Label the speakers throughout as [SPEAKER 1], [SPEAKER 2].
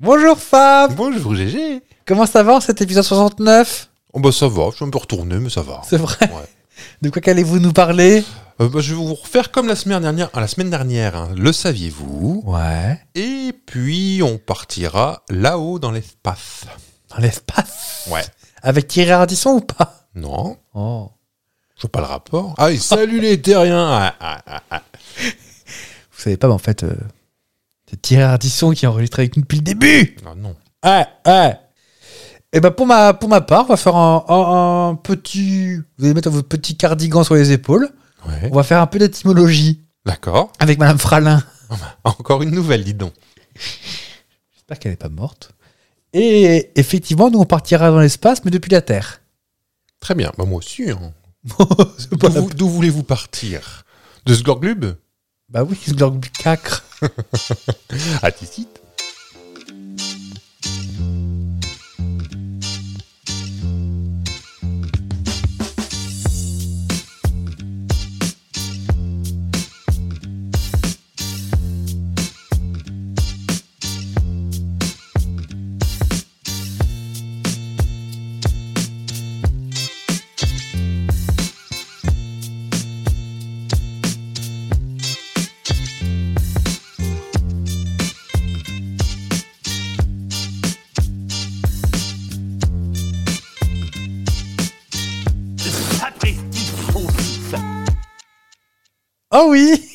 [SPEAKER 1] Bonjour Fab
[SPEAKER 2] Bonjour GG.
[SPEAKER 1] Comment ça va en cet épisode 69
[SPEAKER 2] Oh bah ça va, je suis un peu retourné, mais ça va.
[SPEAKER 1] C'est vrai
[SPEAKER 2] Ouais.
[SPEAKER 1] De quoi qu'allez-vous nous parler
[SPEAKER 2] Euh, bah, je vais vous refaire comme la semaine dernière. Ah, la semaine dernière, hein, le saviez-vous
[SPEAKER 1] Ouais.
[SPEAKER 2] Et puis on partira là-haut dans l'espace.
[SPEAKER 1] Dans l'espace
[SPEAKER 2] Ouais.
[SPEAKER 1] Avec Thierry Ardisson ou pas
[SPEAKER 2] Non,
[SPEAKER 1] Oh.
[SPEAKER 2] je vois pas le rapport. Ah, et salut les terriens Ah, ah, ah, ah.
[SPEAKER 1] Vous savez pas, mais en fait, euh, c'est Thierry Ardisson qui a enregistré avec nous depuis le début
[SPEAKER 2] ah. Non, non.
[SPEAKER 1] Ouais, ouais Et ben pour ma, pour ma part, on va faire un, un- un petit... Vous allez mettre votre petit cardigan sur les épaules.
[SPEAKER 2] Ouais.
[SPEAKER 1] On va faire un peu d'étymologie
[SPEAKER 2] D'accord.
[SPEAKER 1] avec Madame Fralin.
[SPEAKER 2] Encore une nouvelle, dis donc.
[SPEAKER 1] J'espère qu'elle n'est pas morte. Et effectivement, nous, on partira dans l'espace, mais depuis la Terre.
[SPEAKER 2] Très bien, bah moi aussi. hein.
[SPEAKER 1] C'est
[SPEAKER 2] D'où
[SPEAKER 1] pas la
[SPEAKER 2] vous- D'où voulez-vous partir De ce glorglube
[SPEAKER 1] Bah oui, c'est de cacre.
[SPEAKER 2] À Ticite
[SPEAKER 3] Sapristi, faux fils.
[SPEAKER 1] Oh oui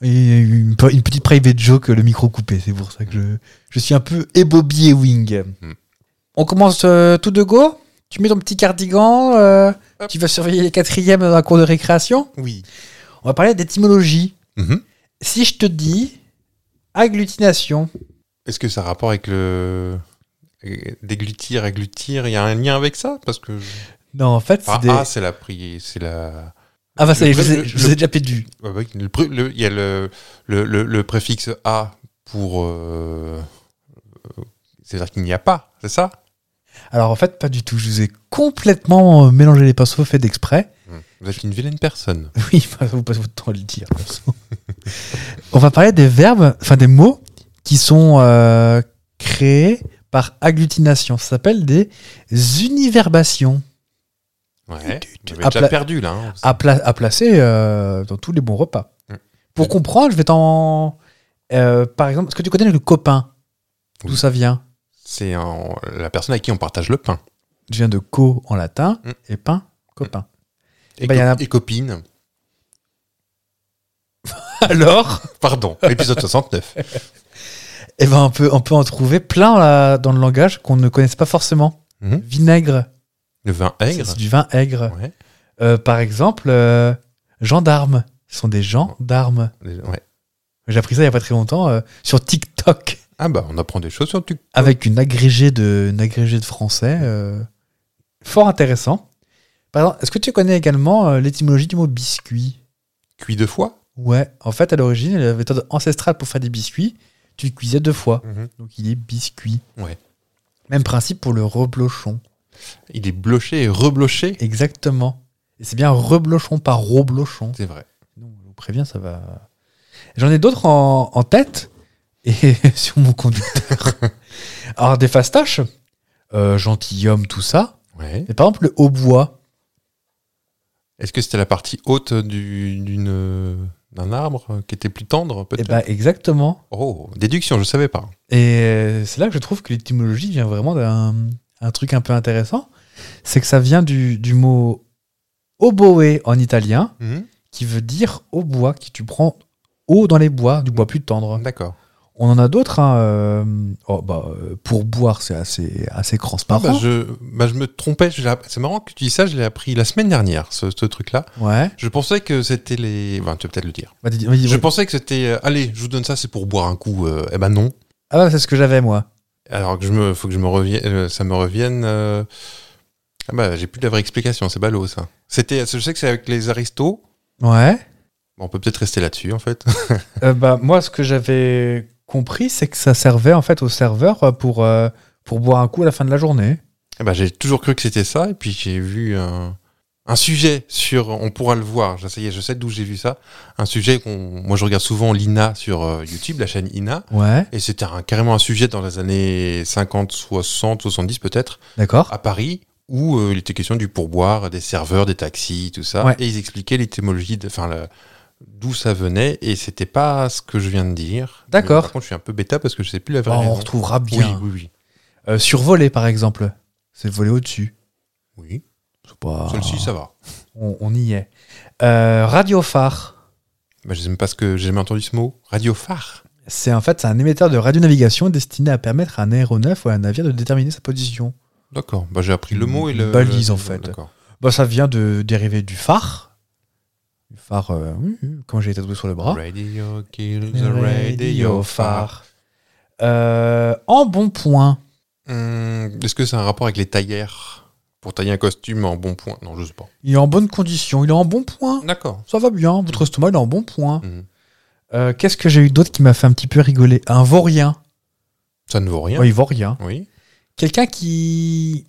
[SPEAKER 1] Il y a eu une, une petite private joke, euh, le micro coupé, c'est pour ça que je, je suis un peu ébobillé wing.
[SPEAKER 2] Hmm.
[SPEAKER 1] On commence euh, tout de go Tu mets ton petit cardigan, euh,
[SPEAKER 2] Hop.
[SPEAKER 1] tu vas surveiller les quatrièmes dans la cour de récréation
[SPEAKER 2] Oui.
[SPEAKER 1] On va parler d'étymologie.
[SPEAKER 2] Mhm.
[SPEAKER 1] Si je te dis agglutination,
[SPEAKER 2] Est-ce que ça a rapport avec le. Déglutir, aglutir, il y a un lien avec ça Parce que. je-
[SPEAKER 1] non, en fait, c'est
[SPEAKER 2] Ah,
[SPEAKER 1] des...
[SPEAKER 2] ah, c'est la prière, c'est la.
[SPEAKER 1] Ah bah ça y est, je
[SPEAKER 2] Le-
[SPEAKER 1] vous ai,
[SPEAKER 2] le-
[SPEAKER 1] je vous ai déjà perdu.
[SPEAKER 2] Ouais, ouais, le pré- le- Il y a le, le, le- le préfixe A pour. euh, euh, C'est-à-dire qu'il n'y a pas, c'est ça
[SPEAKER 1] Alors en fait, pas du tout. Je vous ai complètement euh, mélangé les pinceaux, fait d'exprès.
[SPEAKER 2] Vous êtes une vilaine personne.
[SPEAKER 1] Oui, bah, vous passez votre temps à le dire. perso. On va parler des verbes, enfin des mots qui sont euh, créés par agglutination. Ça s'appelle des univerbations
[SPEAKER 2] Ouais.
[SPEAKER 1] Tu- tu-
[SPEAKER 2] Vous avez déjà
[SPEAKER 1] appla-
[SPEAKER 2] perdu, là. hein.
[SPEAKER 1] à, pla- à placer euh, dans tous les bons repas.
[SPEAKER 2] Mm.
[SPEAKER 1] Pour comprendre, je vais t'en... euh, par exemple, est-ce que tu connais le copain D'où
[SPEAKER 2] Oui.
[SPEAKER 1] ça vient
[SPEAKER 2] C'est en- la personne à qui on partage le pain.
[SPEAKER 1] Je viens de co en latin
[SPEAKER 2] Mm.
[SPEAKER 1] et pain, copain.
[SPEAKER 2] Et,
[SPEAKER 1] Bah, il y en a-
[SPEAKER 2] co- et copine.
[SPEAKER 1] Alors
[SPEAKER 2] Pardon, épisode 69.
[SPEAKER 1] Eh ben, on peut, on peut en trouver plein là, dans le langage qu'on ne connaisse pas forcément.
[SPEAKER 2] Mhm.
[SPEAKER 1] Vinaigre,
[SPEAKER 2] Le vin aigre.
[SPEAKER 1] c'est du vin aigre.
[SPEAKER 2] Ouais.
[SPEAKER 1] Euh, par exemple, euh, gendarmes, ce sont des gendarmes.
[SPEAKER 2] Déjà- ouais.
[SPEAKER 1] J'ai appris ça il n'y a pas très longtemps euh, sur TikTok,
[SPEAKER 2] Ah, bah, on apprend des choses sur tu.
[SPEAKER 1] avec une agrégée de, une agrégée de français. euh, fort intéressant. Par exemple, est-ce que tu connais également euh, l'étymologie du mot biscuit
[SPEAKER 2] Cuit deux fois.
[SPEAKER 1] Ouais, en fait, à l'origine, la méthode ancestrale pour faire des biscuits, tu le cuisais deux fois. Donc il est biscuit.
[SPEAKER 2] Ouais.
[SPEAKER 1] Même principe pour le reblochon.
[SPEAKER 2] Il est bloché et rebloché.
[SPEAKER 1] Exactement. Et c'est bien reblochon, pas roblochon.
[SPEAKER 2] C'est vrai.
[SPEAKER 1] Non, je vous préviens, ça va. J'en ai d'autres en, en tête et sur mon conducteur. Alors, des fastaches, euh, gentilhomme, tout ça.
[SPEAKER 2] Ouais.
[SPEAKER 1] Mais par exemple, le hautbois.
[SPEAKER 2] Est-ce que c'était la partie haute du- d'une euh, d'un arbre euh, qui était plus tendre
[SPEAKER 1] Eh
[SPEAKER 2] peut-être
[SPEAKER 1] ben, exactement.
[SPEAKER 2] Oh, déduction, je savais pas.
[SPEAKER 1] Et euh, c'est là que je trouve que l'étymologie vient vraiment d'un un truc un peu intéressant. C'est que ça vient du, du mot oboe en italien, qui veut dire au bois, qui tu prends eau dans les bois, du bois plus tendre.
[SPEAKER 2] Ah, D'accord.
[SPEAKER 1] On en a d'autres. hein, euh, oh, bah, euh, pour boire, c'est assez, assez transparent.
[SPEAKER 2] Bah, je, bah, je me trompais. je l'ai app- C'est marrant que tu dis ça. Je l'ai appris la semaine dernière, ce, ce truc-là.
[SPEAKER 1] Ouais.
[SPEAKER 2] Je pensais que c'était les. Enfin, tu peux peut-être le dire.
[SPEAKER 1] Bah, dis- dis-
[SPEAKER 2] Je pensais que c'était. euh, allez, je vous donne ça, c'est pour boire un coup. euh, eh ben non.
[SPEAKER 1] Ah, bah, c'est ce que j'avais, moi.
[SPEAKER 2] Alors que je me, faut que je me revienne. euh, ça me revienne. euh, Ah bah, j'ai plus de la vraie explication. C'est ballot ça. C'était. Je sais que c'est avec les aristos.
[SPEAKER 1] Ouais.
[SPEAKER 2] On peut peut-être rester là-dessus en fait.
[SPEAKER 1] Euh, bah, moi, ce que j'avais compris, c'est que ça servait en fait au serveur euh, pour, euh, pour boire un coup à la fin de la journée.
[SPEAKER 2] Eh ben, j'ai toujours cru que c'était ça, et puis j'ai vu un, un sujet sur, on pourra le voir. Je- Ça y est, je sais d'où j'ai vu ça. Un sujet qu'on, moi, je regarde souvent l'INA sur euh, YouTube, la chaîne INA.
[SPEAKER 1] Ouais,
[SPEAKER 2] Et c'était un- carrément un sujet dans les années 50, 60, 70 peut-être,
[SPEAKER 1] d'accord.
[SPEAKER 2] à Paris, où euh, il était question du pourboire, des serveurs, des taxis, tout ça.
[SPEAKER 1] Ouais.
[SPEAKER 2] Et ils expliquaient l'étymologie, de- enfin, le- d'où ça venait. Et c'était pas ce que je viens de dire.
[SPEAKER 1] D'accord.
[SPEAKER 2] Mais Par contre, je suis un peu bêta parce que je sais plus la
[SPEAKER 1] Oh,
[SPEAKER 2] vraie
[SPEAKER 1] on
[SPEAKER 2] raison.
[SPEAKER 1] retrouvera
[SPEAKER 2] Ah, bah, Oui,
[SPEAKER 1] bien.
[SPEAKER 2] oui, oui.
[SPEAKER 1] Euh, survoler, par exemple. C'est voler au-dessus.
[SPEAKER 2] Oui,
[SPEAKER 1] Je sais pas.
[SPEAKER 2] celle-ci, ça va.
[SPEAKER 1] On, on y est. Euh, radiophare.
[SPEAKER 2] Bah, je sais même pas ce que j'ai jamais entendu ce mot. Radiophare.
[SPEAKER 1] C'est en fait c'est un émetteur de radionavigation destiné à permettre à un aéronef ou à un navire de déterminer sa position.
[SPEAKER 2] D'accord. Bah, j'ai appris le mot et
[SPEAKER 1] Une
[SPEAKER 2] le.
[SPEAKER 1] balise,
[SPEAKER 2] le-
[SPEAKER 1] en fait.
[SPEAKER 2] D'accord.
[SPEAKER 1] Bah, ça vient de dériver du phare. Du phare, euh, oui, oui, quand j'ai tatoué sur le bras.
[SPEAKER 2] Radio kills the radio phare.
[SPEAKER 1] Radiophare. Euh, en bon point.
[SPEAKER 2] Hum, Est-ce que c'est un rapport avec les tailleurs Pour tailler un costume en bon point Non, je sais pas.
[SPEAKER 1] Il est en bonne condition. Il est en bon point.
[SPEAKER 2] D'accord.
[SPEAKER 1] Ça va bien. Votre estomac il est en bon point.
[SPEAKER 2] Hum.
[SPEAKER 1] Euh, Qu'est-ce que j'ai eu d'autre qui m'a fait un petit peu rigoler Un vaurien.
[SPEAKER 2] Ça ne vaut rien.
[SPEAKER 1] Ouais, il vaut rien.
[SPEAKER 2] Oui.
[SPEAKER 1] Quelqu'un qui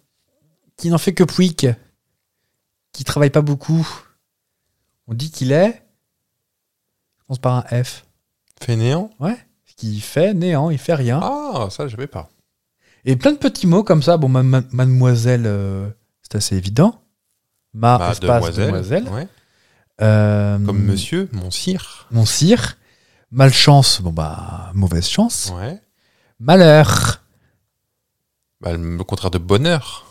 [SPEAKER 1] qui n'en fait que pouic, qui travaille pas beaucoup. On dit qu'il est. Je pense par un F.
[SPEAKER 2] Fainéant
[SPEAKER 1] Ce qui fait néant, il fait rien.
[SPEAKER 2] Ah, ça, je savais pas.
[SPEAKER 1] Et plein de petits mots comme ça. Bon, ma- ma- mademoiselle, euh, c'est assez évident. Ma,
[SPEAKER 2] Bah,
[SPEAKER 1] Ah, espace, mademoiselle.
[SPEAKER 2] ouais.
[SPEAKER 1] Euh,
[SPEAKER 2] Comme monsieur, mon sire.
[SPEAKER 1] Mon sire. Malchance, bon bah, mauvaise chance.
[SPEAKER 2] Ouais.
[SPEAKER 1] Malheur.
[SPEAKER 2] Bah, le contraire de bonheur.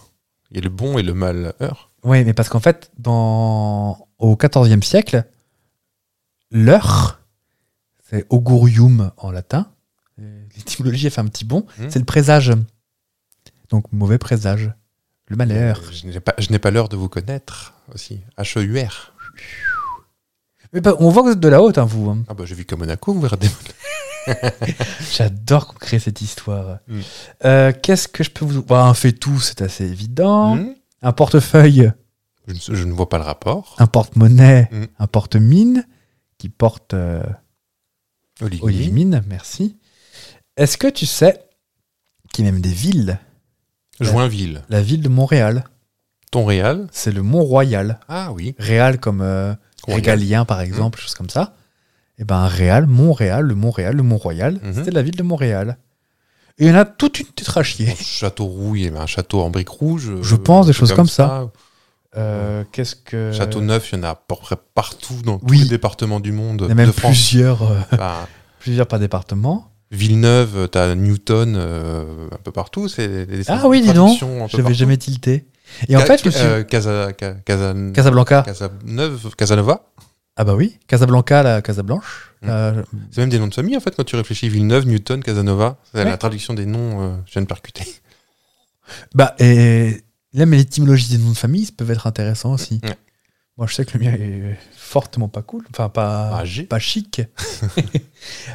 [SPEAKER 2] Il y a le bon et le malheur.
[SPEAKER 1] Oui, mais parce qu'en fait, dans... au XIVe siècle, l'heure, c'est augurium en latin. Euh, L'étymologie a fait un petit bond.
[SPEAKER 2] Hmm.
[SPEAKER 1] C'est le présage. Donc, mauvais présage. Le malheur.
[SPEAKER 2] Je n'ai pas, je n'ai pas l'heure de vous connaître aussi. E H-E-U-R.
[SPEAKER 1] Mais bah, on voit que vous êtes de la haute, hein, vous. hein.
[SPEAKER 2] Ah, bah, j'ai vu qu'à Monaco, vous regardez.
[SPEAKER 1] J'adore qu'on crée cette histoire.
[SPEAKER 2] Hmm.
[SPEAKER 1] Euh, Qu'est-ce que je peux vous. Bah, un fait tout, c'est assez évident.
[SPEAKER 2] Hum.
[SPEAKER 1] Un portefeuille,
[SPEAKER 2] Je ne, sais- je ne vois pas le rapport.
[SPEAKER 1] un porte-monnaie,
[SPEAKER 2] Hmm.
[SPEAKER 1] un porte-mine qui porte. euh,
[SPEAKER 2] Olivier.
[SPEAKER 1] Olivier Mine, merci. Est-ce que tu sais qu'il y a même des villes
[SPEAKER 2] Joinville.
[SPEAKER 1] La ville de Montréal,
[SPEAKER 2] Tonréal.
[SPEAKER 1] c'est le Mont-Royal.
[SPEAKER 2] Ah oui.
[SPEAKER 1] Réal comme euh, régalien,
[SPEAKER 2] Mm.
[SPEAKER 1] par exemple, choses comme ça. Et ben Réal, Montréal, le Montréal, le Mont-Royal,
[SPEAKER 2] Mhm.
[SPEAKER 1] c'était la ville de Montréal. Et il y en a toute une tête à chier.
[SPEAKER 2] Château rouille, eh ben, un château en briques rouges. euh,
[SPEAKER 1] Je pense des
[SPEAKER 2] un truc
[SPEAKER 1] choses comme Euh, Qu'est-ce que.
[SPEAKER 2] Château neuf, il y en a à peu près partout dans
[SPEAKER 1] oui.
[SPEAKER 2] tous les départements du monde.
[SPEAKER 1] Il y en a même
[SPEAKER 2] de France.
[SPEAKER 1] plusieurs, euh,
[SPEAKER 2] Bah,
[SPEAKER 1] plusieurs par département.
[SPEAKER 2] Villeneuve, t'as Newton euh, un peu partout. C'est des
[SPEAKER 1] Ah oui, dis donc. J'avais jamais tilté. Et en fait,
[SPEAKER 2] euh,
[SPEAKER 1] je me suis-
[SPEAKER 2] Casa, Ca- Casa-
[SPEAKER 1] Casablanca.
[SPEAKER 2] Casaneuve- Casanova.
[SPEAKER 1] Ah bah oui, Casablanca, la Casablanche. Euh,
[SPEAKER 2] Mhm.
[SPEAKER 1] la-
[SPEAKER 2] C'est même des noms de famille en fait quand tu réfléchis. Villeneuve, Newton, Casanova. C'est
[SPEAKER 1] Ouais.
[SPEAKER 2] La traduction des noms, euh, je viens de percuter.
[SPEAKER 1] Bah, et là, mais l'étymologie des noms de famille ça peut être intéressant aussi.
[SPEAKER 2] Ouais.
[SPEAKER 1] Moi, je sais que le mien est fortement pas cool, enfin, pas,
[SPEAKER 2] Ah, j'ai.
[SPEAKER 1] pas chic.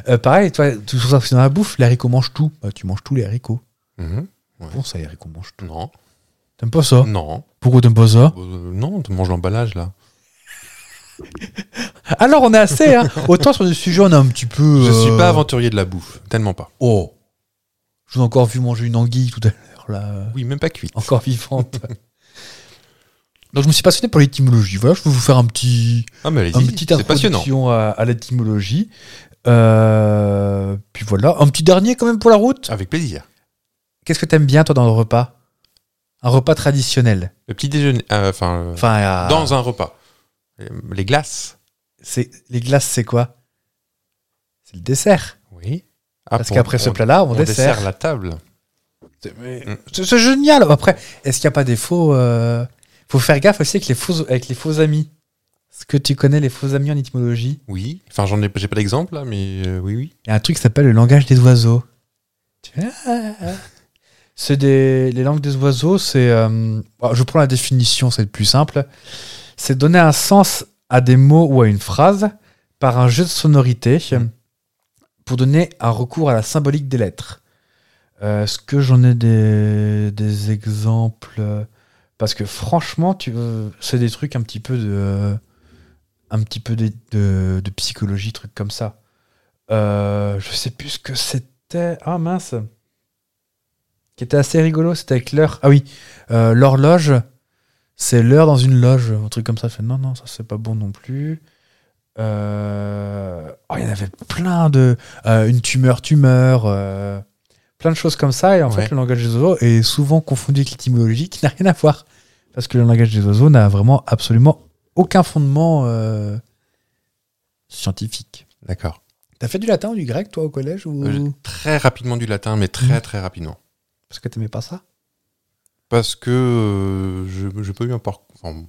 [SPEAKER 1] Euh, pareil, toi, tu trouves ça que c'est dans la bouffe, les haricots mangent tout. Bah, tu manges tous les haricots.
[SPEAKER 2] Mhm.
[SPEAKER 1] Bon, ça, les haricots mangent tout.
[SPEAKER 2] Non,
[SPEAKER 1] T'aimes pas ça
[SPEAKER 2] non,
[SPEAKER 1] Pourquoi t'aimes pas ça
[SPEAKER 2] Euh, non, tu manges l'emballage là.
[SPEAKER 1] Alors, on est assez, hein. Autant sur des sujets, on a un petit peu.
[SPEAKER 2] Je suis pas
[SPEAKER 1] avant.
[SPEAKER 2] aventurier de la bouffe, tellement pas.
[SPEAKER 1] Oh Je vous ai encore vu manger une anguille tout à l'heure, là.
[SPEAKER 2] Oui, même pas cuite.
[SPEAKER 1] Encore vivante. Donc, je me suis passionné pour l'étymologie. Voilà, je vais vous faire un petit.
[SPEAKER 2] Ah mais
[SPEAKER 1] un
[SPEAKER 2] allez-y,
[SPEAKER 1] petit
[SPEAKER 2] c'est passionnant.
[SPEAKER 1] introduction à, à l'étymologie. Euh, puis voilà, un petit dernier quand même pour la route.
[SPEAKER 2] Avec plaisir.
[SPEAKER 1] Qu'est-ce que t'aimes bien toi dans le repas Un repas traditionnel.
[SPEAKER 2] Le petit déjeuner, euh, enfin, euh,
[SPEAKER 1] Enfin, euh,
[SPEAKER 2] dans un repas. Euh, Les glaces.
[SPEAKER 1] c'est les glaces, c'est quoi C'est le dessert.
[SPEAKER 2] Oui. Ah,
[SPEAKER 1] Parce qu'après ce
[SPEAKER 2] plat
[SPEAKER 1] plat-là, on,
[SPEAKER 2] on
[SPEAKER 1] dessert.
[SPEAKER 2] dessert la table.
[SPEAKER 1] C'est- mais-
[SPEAKER 2] Mm.
[SPEAKER 1] C'est c'est génial. Après, est-ce qu'il n'y a pas des faux euh, Faut faire gaffe aussi avec les faux, avec les faux amis. Est-ce que tu connais les faux amis en étymologie
[SPEAKER 2] Oui. Enfin, j'en ai, j'ai pas d'exemple là, mais euh, oui, oui.
[SPEAKER 1] Il y a un truc qui s'appelle le langage des oiseaux. Tu fais, ah, ah. C'est des les langues des oiseaux, c'est euh, bah, je prends la définition, c'est le plus simple. C'est donner un sens à des mots ou à une phrase par un jeu de sonorité
[SPEAKER 2] Mm.
[SPEAKER 1] pour donner un recours à la symbolique des lettres. Euh, Est-ce que j'en ai des, des exemples Parce que franchement, tu euh, c'est des trucs un petit peu de un petit peu de, de- de psychologie, trucs comme ça. Euh, je sais plus ce que c'était. Ah mince. Qui était assez rigolo, c'était avec l'heure. Ah oui, euh, l'horloge. c'est l'heure dans une loge, un truc comme ça. Je fais, non, non, ça c'est pas bon non plus. Euh, oh, il y en avait plein de. euh, une tumeur, tumeur. euh, plein de choses comme ça. Et en
[SPEAKER 2] Ouais.
[SPEAKER 1] fait, le langage des oiseaux est souvent confondu avec l'étymologie qui n'a rien à voir. Parce que le langage des oiseaux n'a vraiment absolument aucun fondement euh, scientifique.
[SPEAKER 2] D'accord.
[SPEAKER 1] T'as fait du latin ou du grec, toi, au collège ou...
[SPEAKER 2] Euh, j'ai très rapidement du latin, mais
[SPEAKER 1] Mm.
[SPEAKER 2] très très rapidement.
[SPEAKER 1] Parce que t'aimais pas ça
[SPEAKER 2] Parce que euh, je- j'ai pas eu un parcours. enfin,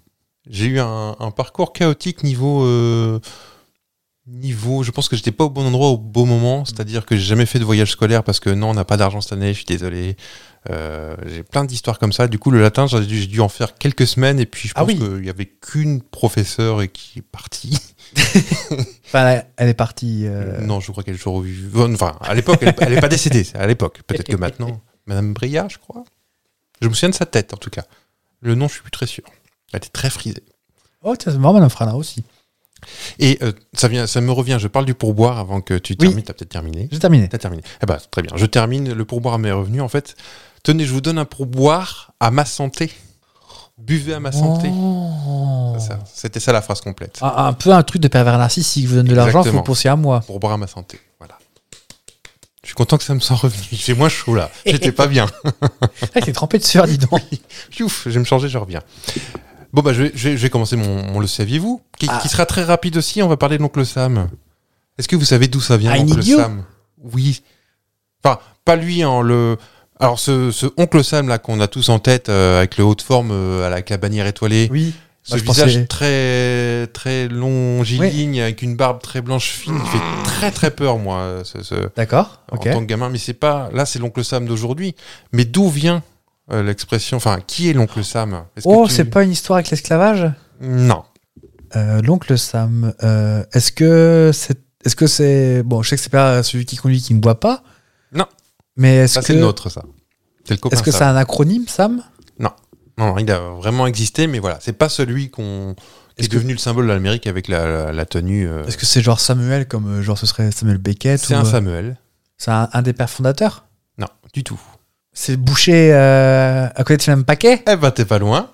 [SPEAKER 2] j'ai eu un, un parcours chaotique niveau. euh, niveau. Je pense que j'étais pas au bon endroit au bon
[SPEAKER 1] Mm.
[SPEAKER 2] moment. C'est-à-dire que j'ai jamais fait de voyage scolaire parce que non, on n'a pas d'argent cette année, je suis désolé. Euh, j'ai plein d'histoires comme ça. Du coup, le latin, j'ai dû, j'ai dû en faire quelques semaines et puis je
[SPEAKER 1] Ah
[SPEAKER 2] pense
[SPEAKER 1] oui.
[SPEAKER 2] qu'il y avait qu'une professeure et qui est partie.
[SPEAKER 1] Enfin, elle- elle est partie. euh,
[SPEAKER 2] Non, je crois qu'elle est toujours vivante. Enfin, à l'époque, elle- elle n'est pas décédée. c'est À l'époque, peut-être que maintenant. Madame Bria, je crois. Je me souviens de sa tête, en tout cas. Le nom, je suis plus très sûr. Elle était très frisée.
[SPEAKER 1] Oh, tiens, c'est marrant, Madame Frana aussi.
[SPEAKER 2] Et euh, ça, vient, ça me revient, je parle du pourboire avant que tu
[SPEAKER 1] Oui.
[SPEAKER 2] termines. T'as peut-être terminé.
[SPEAKER 1] J'ai terminé.
[SPEAKER 2] T'as terminé. Eh ben, très bien. Je termine. Le pourboire à mes revenus, en fait. Tenez, je vous donne un pourboire à ma santé. Buvez à ma santé.
[SPEAKER 1] Oh.
[SPEAKER 2] Ça, ça, C'était ça la phrase complète.
[SPEAKER 1] Un, un peu un truc de pervers narcissique. Je vous donne de l'argent, faut
[SPEAKER 2] Exactement.
[SPEAKER 1] penser à moi.
[SPEAKER 2] Pourboire à ma santé. Voilà. Je suis content que ça me soit revenu. Il fait moins chaud là. J'étais pas bien.
[SPEAKER 1] Ah, t'es trempé de sueur, dis donc.
[SPEAKER 2] Piouf, je vais me changer, je reviens. Bon, bah, je vais, je vais- je vais commencer mon, mon Le saviez-vous qui,
[SPEAKER 1] Ah.
[SPEAKER 2] qui sera très rapide aussi. On va parler de l'oncle Sam. Est-ce que vous savez d'où ça vient,
[SPEAKER 1] Ah, Un
[SPEAKER 2] l'oncle
[SPEAKER 1] idiot
[SPEAKER 2] Sam Oui. Enfin, pas lui, hein, le. Alors, ce, ce oncle Sam là qu'on a tous en tête euh, avec le haut de forme, euh, avec la bannière étoilée,
[SPEAKER 1] Oui.
[SPEAKER 2] ce
[SPEAKER 1] Bah, je
[SPEAKER 2] visage
[SPEAKER 1] pensais-
[SPEAKER 2] très très longiligne avec une barbe très blanche fine, il fait très très peur moi. euh, ce- ce-
[SPEAKER 1] D'accord. Ok.
[SPEAKER 2] en tant que gamin, mais c'est pas. Là, c'est l'oncle Sam d'aujourd'hui. Mais d'où vient euh, l'expression Enfin, qui est l'oncle Sam Est-ce que
[SPEAKER 1] Oh,
[SPEAKER 2] tu-
[SPEAKER 1] c'est pas une histoire avec l'esclavage
[SPEAKER 2] Non.
[SPEAKER 1] Euh, L'oncle Sam, euh, est-ce que c'est. Est-ce que c'est. Bon, je sais que c'est pas celui qui conduit qui ne boit pas.
[SPEAKER 2] Non.
[SPEAKER 1] Mais est-ce
[SPEAKER 2] Ça,
[SPEAKER 1] que.
[SPEAKER 2] c'est le nôtre, ça. C'est le copain.
[SPEAKER 1] Est-ce que
[SPEAKER 2] Sam.
[SPEAKER 1] c'est un acronyme, Sam
[SPEAKER 2] Non, il a vraiment existé, mais voilà, c'est pas celui qu'on. qui est,
[SPEAKER 1] Est-ce que-
[SPEAKER 2] devenu le symbole de l'Amérique avec la, la- la tenue. euh,
[SPEAKER 1] Est-ce que c'est genre Samuel, comme euh, genre ce serait Samuel Beckett
[SPEAKER 2] C'est
[SPEAKER 1] ou,
[SPEAKER 2] un
[SPEAKER 1] euh,
[SPEAKER 2] Samuel
[SPEAKER 1] C'est un, un des pères fondateurs
[SPEAKER 2] Non, du tout.
[SPEAKER 1] C'est bouché euh, à côté de Philem Paquet
[SPEAKER 2] Eh ben, t'es pas loin.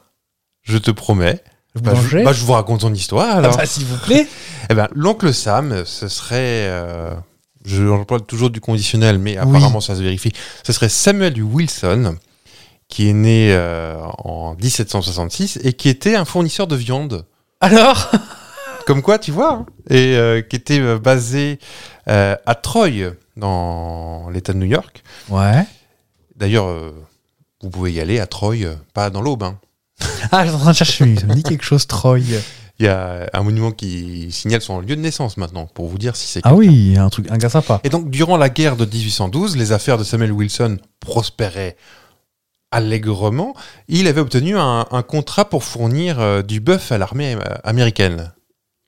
[SPEAKER 2] Je te promets.
[SPEAKER 1] Le
[SPEAKER 2] Bah, je,
[SPEAKER 1] boulanger
[SPEAKER 2] bah, je vous raconte son histoire alors.
[SPEAKER 1] Ah bah, S'il vous plaît
[SPEAKER 2] Eh ben, l'oncle Sam, ce serait. euh, je parle toujours du conditionnel, mais
[SPEAKER 1] Oui.
[SPEAKER 2] apparemment ça se vérifie. Ce serait Samuel Wilson, qui est né euh, en 1766 et qui était un fournisseur de viande.
[SPEAKER 1] Alors
[SPEAKER 2] Comme quoi, tu vois, hein, et euh, qui était euh, basé euh, à Troy, dans l'État de New York.
[SPEAKER 1] Ouais.
[SPEAKER 2] D'ailleurs, euh, vous pouvez y aller à Troy, euh, pas dans l'Aube. hein.
[SPEAKER 1] Ah, j'étais en train de chercher, ça me dit quelque chose, Troy.
[SPEAKER 2] Il y a un monument qui signale son lieu de naissance maintenant, pour vous dire si c'est
[SPEAKER 1] Ah oui, un truc, un gars sympa.
[SPEAKER 2] Et donc, durant la guerre de 1812, les affaires de Samuel Wilson prospéraient allègrement. Il avait obtenu un, un contrat pour fournir euh, du bœuf à l'armée euh, américaine.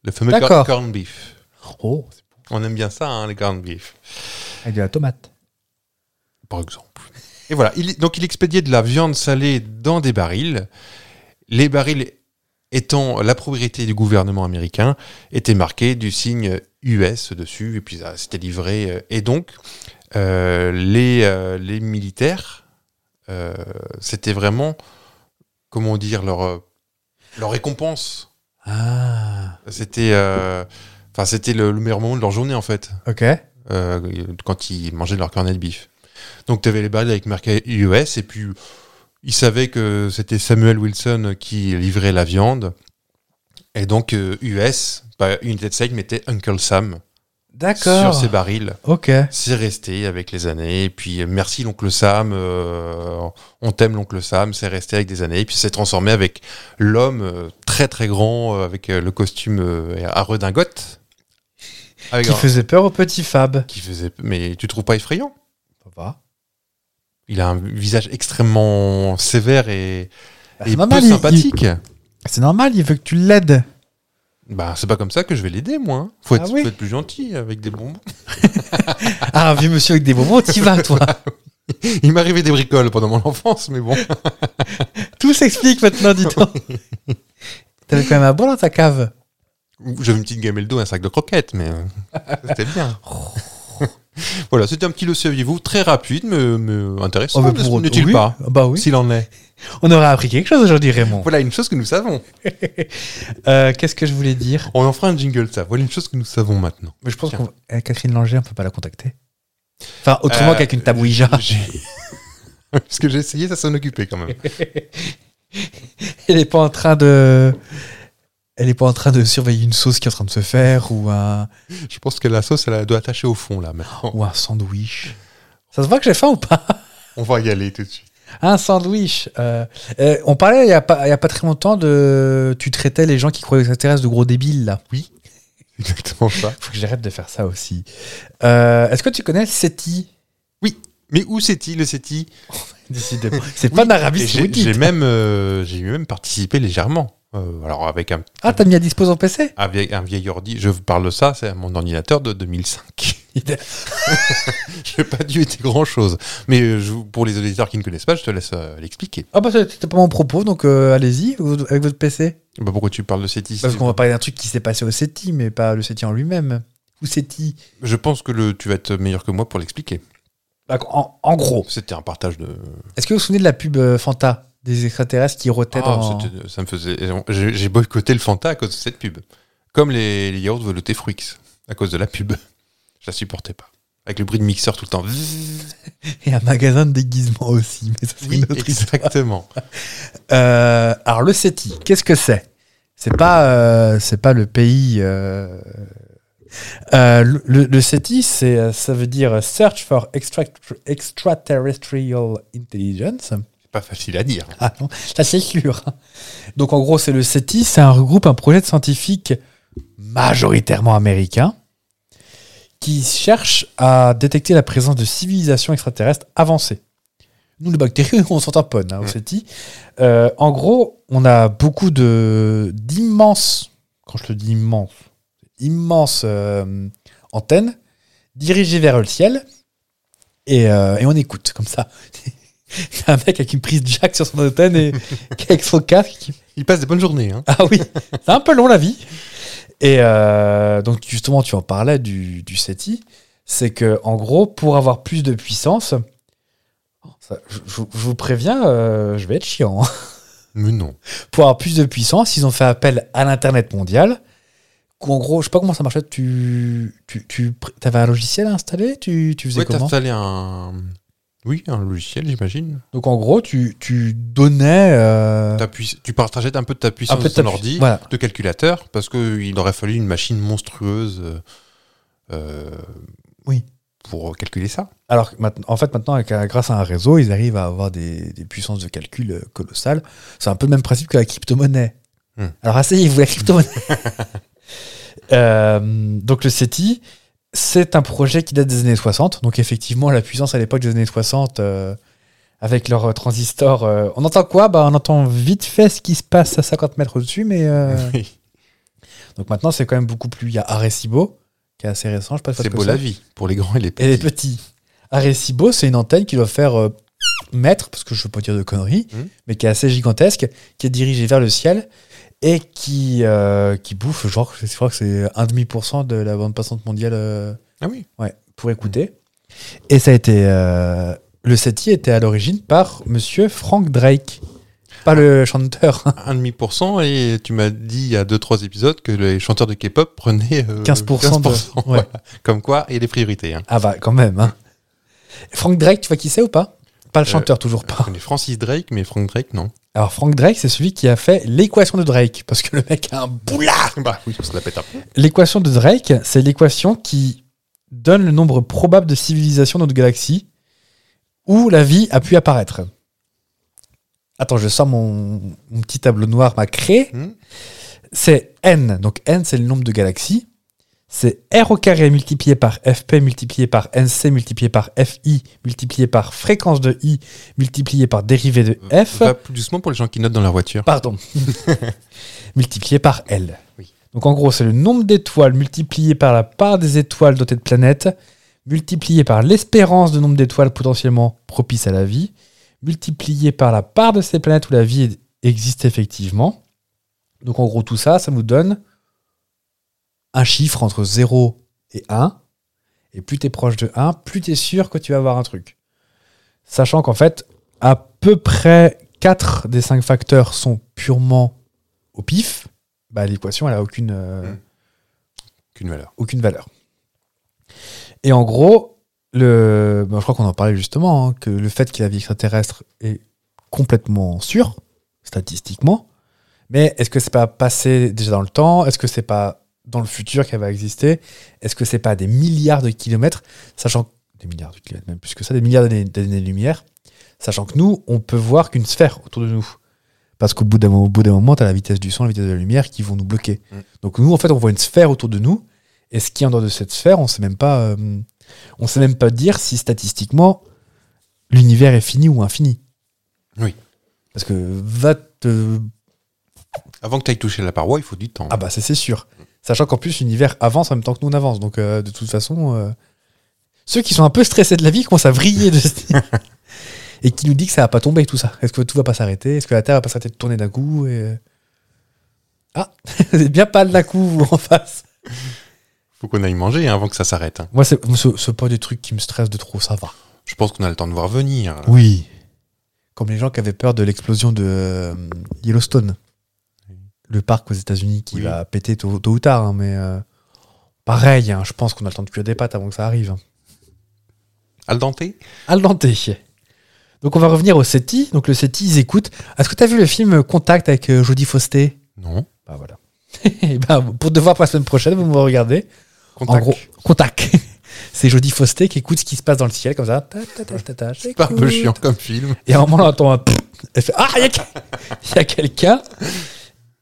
[SPEAKER 2] Le fameux cor-
[SPEAKER 1] D'accord.
[SPEAKER 2] corned beef.
[SPEAKER 1] Oh,
[SPEAKER 2] On aime bien ça, hein, les corned beef,
[SPEAKER 1] avec de la tomate.
[SPEAKER 2] par exemple. Et voilà. Il- donc, il expédiait de la viande salée dans des barils. Les barils étant la propriété du gouvernement américain, était marqué du signe US dessus, et puis ça, c'était livré. euh, Et donc, euh, les, euh, les militaires, euh, c'était vraiment, comment dire, leur, euh, leur récompense.
[SPEAKER 1] Ah,
[SPEAKER 2] C'était euh, enfin, c'était le, le meilleur moment de leur journée, en fait,
[SPEAKER 1] ok.
[SPEAKER 2] euh, quand ils mangeaient leur cornet de bif. Donc, tu avais les barils avec marqué US, et puis ils savaient que c'était Samuel Wilson qui livrait la viande. Et donc, euh, US, pas United States, mettait Uncle Sam sur
[SPEAKER 1] D'accord.
[SPEAKER 2] ses barils.
[SPEAKER 1] Ok.
[SPEAKER 2] C'est resté avec les années. Et puis, euh, merci l'oncle Sam. euh, on t'aime l'oncle Sam. C'est resté avec des années. Et puis, c'est transformé avec l'homme euh, très, très grand, euh, avec euh, le costume euh, à redingote. Avec
[SPEAKER 1] Qui
[SPEAKER 2] un-
[SPEAKER 1] faisait peur au petit Fab.
[SPEAKER 2] qui faisait- Mais tu trouves pas effrayant
[SPEAKER 1] Bah,
[SPEAKER 2] Il a un visage extrêmement sévère et, et
[SPEAKER 1] Bah, c'est
[SPEAKER 2] peu
[SPEAKER 1] normal, il-
[SPEAKER 2] sympathique.
[SPEAKER 1] il- c'est normal, il veut que tu l'aides.
[SPEAKER 2] Bah, c'est pas comme ça que je vais l'aider, moi. hein. Faut être,
[SPEAKER 1] Ah oui
[SPEAKER 2] faut être plus gentil avec des bonbons.
[SPEAKER 1] Ah, un vieux monsieur avec des bonbons, t'y vas, toi.
[SPEAKER 2] Il m'arrivait des bricoles pendant mon enfance, mais bon.
[SPEAKER 1] Tout s'explique maintenant, dis donc. T'avais quand même un bon dans ta cave.
[SPEAKER 2] J'avais une petite gamelle d'eau, un sac de croquettes, mais euh, c'était bien. Voilà, c'était un petit le saviez-vous, très rapide, mais, mais intéressant,
[SPEAKER 1] Oh, mais
[SPEAKER 2] n'est-ce-
[SPEAKER 1] pour-
[SPEAKER 2] n'est-il
[SPEAKER 1] oui,
[SPEAKER 2] pas
[SPEAKER 1] ah Bah oui.
[SPEAKER 2] S'il en est.
[SPEAKER 1] On aurait appris quelque chose aujourd'hui, Raymond.
[SPEAKER 2] Voilà une chose que nous savons.
[SPEAKER 1] Euh, Qu'est-ce que je voulais dire
[SPEAKER 2] On en fera un jingle, ça. Voilà une chose que nous savons maintenant.
[SPEAKER 1] Mais Je pense
[SPEAKER 2] Tiens.
[SPEAKER 1] qu'on eh, Catherine Langer, on peut pas la contacter. Enfin, autrement
[SPEAKER 2] Euh,
[SPEAKER 1] qu'avec une table Ouija.
[SPEAKER 2] J'ai- Parce que j'ai essayé, ça s'en occupait quand même.
[SPEAKER 1] Elle est pas en train de. Elle est pas en train de surveiller une sauce qui est en train de se faire ou un,
[SPEAKER 2] Je pense que la sauce, elle doit attacher au fond, là, maintenant.
[SPEAKER 1] ou un sandwich. Ça se voit que j'ai faim ou pas
[SPEAKER 2] On va y aller tout de suite.
[SPEAKER 1] Un sandwich. euh, euh, on parlait il y, a pas, il y a pas très longtemps de. Tu traitais les gens qui croyaient aux extraterrestres de gros débiles, là. Oui.
[SPEAKER 2] Exactement ça.
[SPEAKER 1] Faut que j'arrête de faire ça aussi. Euh, Est-ce que tu connais le SETI
[SPEAKER 2] Mais où c'est-il, le SETI
[SPEAKER 1] Décidément. C'est pas d'Arabie
[SPEAKER 2] Et J'ai
[SPEAKER 1] Saoudite.
[SPEAKER 2] j'ai même, euh, j'ai eu même participé légèrement. Euh, alors, avec un,
[SPEAKER 1] Ah, t'as mis à dispo en PC
[SPEAKER 2] un vieil, un vieil ordi, je vous parle de ça, c'est mon ordinateur de 2005. je n'ai pas dû être grand-chose. Mais euh, je vous- pour les auditeurs qui ne connaissent pas, je te laisse euh, l'expliquer.
[SPEAKER 1] Ah, bah, c'était pas mon propos, donc euh, allez-y, vous- avec votre PC.
[SPEAKER 2] Bah, pourquoi tu parles de SETI
[SPEAKER 1] Parce qu'on va parler d'un truc qui s'est passé au SETI, mais pas le SETI en lui-même. Ou SETI.
[SPEAKER 2] Je pense que le, tu vas être meilleur que moi pour l'expliquer.
[SPEAKER 1] Bah, En, en gros,
[SPEAKER 2] C'était un partage de...
[SPEAKER 1] est-ce que vous vous souvenez de la pub euh, Fanta des extraterrestres qui rotaient
[SPEAKER 2] Ah,
[SPEAKER 1] dans.
[SPEAKER 2] c'était- ça me faisait. J'ai j'ai boycotté le Fanta à cause de cette pub. Comme les, les yaourts veloutés Fruix, à cause de la pub. Je la supportais pas. Avec le bruit de mixeur tout le temps.
[SPEAKER 1] Et un magasin de déguisement aussi, mais ça c'est
[SPEAKER 2] Oui,
[SPEAKER 1] une autre histoire.
[SPEAKER 2] exactement.
[SPEAKER 1] Euh, alors le SETI, qu'est-ce que c'est C'est pas, euh, c'est pas le pays. euh, euh, le, le SETI, c'est, euh, ça veut dire Search for Extra- Extraterrestrial Intelligence.
[SPEAKER 2] C'est pas facile à dire.
[SPEAKER 1] Ah non, ça c'est sûr. Donc en gros, c'est le SETI, c'est un regroupe, un projet de scientifiques majoritairement américains qui cherche à détecter la présence de civilisations extraterrestres avancées. Nous, les bactéries, on s'en tamponne hein, au
[SPEAKER 2] Mm.
[SPEAKER 1] SETI. Euh, en gros, on a beaucoup de d'immenses, quand je te dis immenses, immenses euh, antennes dirigées vers le ciel et, euh, et on écoute comme ça. C'est un mec avec une prise jack sur son antenne et avec son casque qui
[SPEAKER 2] Il passe des bonnes journées. Hein.
[SPEAKER 1] ah oui, c'est un peu long la vie. Et euh, donc justement, tu en parlais du, du SETI, c'est que en gros, pour avoir plus de puissance, ça, je, je- je vous préviens, euh, je vais être chiant. hein.
[SPEAKER 2] Mais non.
[SPEAKER 1] Pour avoir plus de puissance, ils ont fait appel à l'internet mondial. En gros, je sais pas comment ça marchait. Tu, tu, tu avais un logiciel à installer, tu, tu faisais
[SPEAKER 2] Ouais, t'as
[SPEAKER 1] comment
[SPEAKER 2] installé un. Oui, un logiciel, j'imagine.
[SPEAKER 1] Donc en gros, tu, tu donnais euh,
[SPEAKER 2] Ta pui- Tu partageais un peu de ta puissance de
[SPEAKER 1] ta
[SPEAKER 2] ton
[SPEAKER 1] pu-
[SPEAKER 2] ordi,
[SPEAKER 1] Voilà.
[SPEAKER 2] de calculateur, parce qu'il aurait fallu une machine monstrueuse euh, euh,
[SPEAKER 1] Oui.
[SPEAKER 2] pour calculer ça.
[SPEAKER 1] Alors, que maintenant- en fait, maintenant, avec un- grâce à un réseau, ils arrivent à avoir des, des puissances de calcul euh, colossales. C'est un peu le même principe que la crypto-monnaie.
[SPEAKER 2] Hmm.
[SPEAKER 1] Alors, asseyez-vous, la crypto-monnaie. Euh, donc, le SETI, c'est un projet qui date des années 60. Donc, effectivement, la puissance à l'époque des années 60, euh, avec leurs euh, transistors, euh, on entend quoi bah, On entend vite fait ce qui se passe à 50 mètres au-dessus, mais. euh,
[SPEAKER 2] Oui.
[SPEAKER 1] donc, maintenant, c'est quand même beaucoup plus. Il y a Arecibo, qui est assez récent. Je sais pas si
[SPEAKER 2] C'est
[SPEAKER 1] tu
[SPEAKER 2] beau
[SPEAKER 1] vois
[SPEAKER 2] la
[SPEAKER 1] ça.
[SPEAKER 2] vie pour les grands et les petits.
[SPEAKER 1] Et les petits. Ah, Arecibo, c'est une antenne qui doit faire euh, mètres, parce que je ne veux pas dire de conneries,
[SPEAKER 2] Mhm.
[SPEAKER 1] mais qui est assez gigantesque, qui est dirigée vers le ciel et qui, euh, qui bouffe, genre, je crois que c'est 1,5% de la bande passante mondiale euh,
[SPEAKER 2] Ah oui.
[SPEAKER 1] ouais, pour écouter. Et ça a été. euh, le SETI était à l'origine par monsieur Frank Drake, pas le chanteur, hein,
[SPEAKER 2] 1,5% et tu m'as dit il y a 2-3 épisodes que les chanteurs de K-pop prenaient euh,
[SPEAKER 1] 15%. de-
[SPEAKER 2] 15%,
[SPEAKER 1] ouais.
[SPEAKER 2] voilà. Comme quoi, il y a des priorités. Hein.
[SPEAKER 1] Ah bah, quand même. hein. Frank Drake, tu vois qui c'est ou pas Pas le
[SPEAKER 2] Euh,
[SPEAKER 1] chanteur, toujours
[SPEAKER 2] Je
[SPEAKER 1] pas.
[SPEAKER 2] connais Francis Drake, mais Frank Drake, non.
[SPEAKER 1] Alors Frank Drake, c'est celui qui a fait l'équation de Drake, parce que le mec a un boulard.
[SPEAKER 2] Bah oui, on se la pète un peu.
[SPEAKER 1] L'équation de Drake, c'est l'équation qui donne le nombre probable de civilisations dans notre galaxie où la vie a pu apparaître. Attends, je sors mon, mon petit tableau noir, ma craie.
[SPEAKER 2] Hmm.
[SPEAKER 1] C'est n, donc n c'est le nombre de galaxies. C'est r au carré multiplié par fp multiplié par nc multiplié par fi multiplié par fréquence de i multiplié par dérivée de f.
[SPEAKER 2] Va plus doucement pour les gens qui notent dans leur voiture.
[SPEAKER 1] Pardon. multiplié par L.
[SPEAKER 2] Oui.
[SPEAKER 1] Donc en gros, c'est le nombre d'étoiles multiplié par la part des étoiles dotées de planètes, multiplié par l'espérance de nombre d'étoiles potentiellement propices à la vie, multiplié par la part de ces planètes où la vie existe effectivement. Donc en gros, tout ça, ça nous donne un chiffre entre 0 et 1. Et plus t'es proche de 1, plus t'es sûr que tu vas avoir un truc. Sachant qu'en fait, à peu près 4 des 5 facteurs sont purement au pif, bah, l'équation, elle a aucune, euh,
[SPEAKER 2] Mm. Qu'une valeur.
[SPEAKER 1] aucune valeur. Et en gros, le, bon, je crois qu'on en parlait justement, hein, que le fait qu'il y a vie extraterrestre est complètement sûr, statistiquement. Mais est-ce que c'est pas passé déjà dans le temps Est-ce que c'est pas dans le futur qu'elle va exister Est-ce que c'est pas des milliards de kilomètres, sachant des milliards de kilomètres même plus que ça, des milliards d'années- d'années-lumière, sachant que nous, on peut voir qu'une sphère autour de nous. Parce qu'au bout d'un mo- au bout d'un moment, tu as la vitesse du son, la vitesse de la lumière qui vont nous bloquer.
[SPEAKER 2] Mm.
[SPEAKER 1] Donc nous, en fait, on voit une sphère autour de nous, et ce qui est en dehors de cette sphère, on sait même pas, euh, on sait même pas dire si statistiquement l'univers est fini ou infini.
[SPEAKER 2] Oui.
[SPEAKER 1] Parce que va te
[SPEAKER 2] Avant que tu ailles toucher la paroi, il faut du temps.
[SPEAKER 1] ah bah ça, c'est sûr. Sachant qu'en plus l'univers avance en même temps que nous on avance. Donc euh, de toute façon, euh, ceux qui sont un peu stressés de la vie commencent à vriller de ce- et qui nous dit que ça va pas tomber tout ça. Est-ce que tout va pas s'arrêter Est-ce que la Terre va pas s'arrêter de tourner d'un coup et... euh, Ah, c'est bien pas d'un coup vous, en face.
[SPEAKER 2] faut qu'on aille manger hein, avant que ça s'arrête. hein.
[SPEAKER 1] Moi c'est ce, ce pas des trucs qui me stressent de trop, ça va.
[SPEAKER 2] Je pense qu'on a le temps de voir venir. là.
[SPEAKER 1] Oui. Comme les gens qui avaient peur de l'explosion de euh, Yellowstone. Le parc aux États-Unis qui
[SPEAKER 2] Oui.
[SPEAKER 1] va péter tôt, tôt ou tard, hein, mais euh, pareil, hein, je pense qu'on a le temps de cuire des pattes avant que ça arrive. hein.
[SPEAKER 2] Al dente
[SPEAKER 1] Al dente. Donc on va revenir au SETI. Donc le SETI, ils écoutent. Est-ce que tu as vu le film Contact avec euh, Jodie Foster
[SPEAKER 2] Non.
[SPEAKER 1] Bah voilà. Et ben, pour devoir pour la semaine prochaine, vous me regardez.
[SPEAKER 2] Contact.
[SPEAKER 1] En gros, Contact. C'est Jodie Foster qui écoute ce qui se passe dans le ciel comme ça. Ta, ta, ta, ta, ta,
[SPEAKER 2] C'est un peu
[SPEAKER 1] j'écoute.
[SPEAKER 2] chiant comme film.
[SPEAKER 1] Et à un moment, on entend un pfff. Elle fait Ah, il y a, quel- y a quelqu'un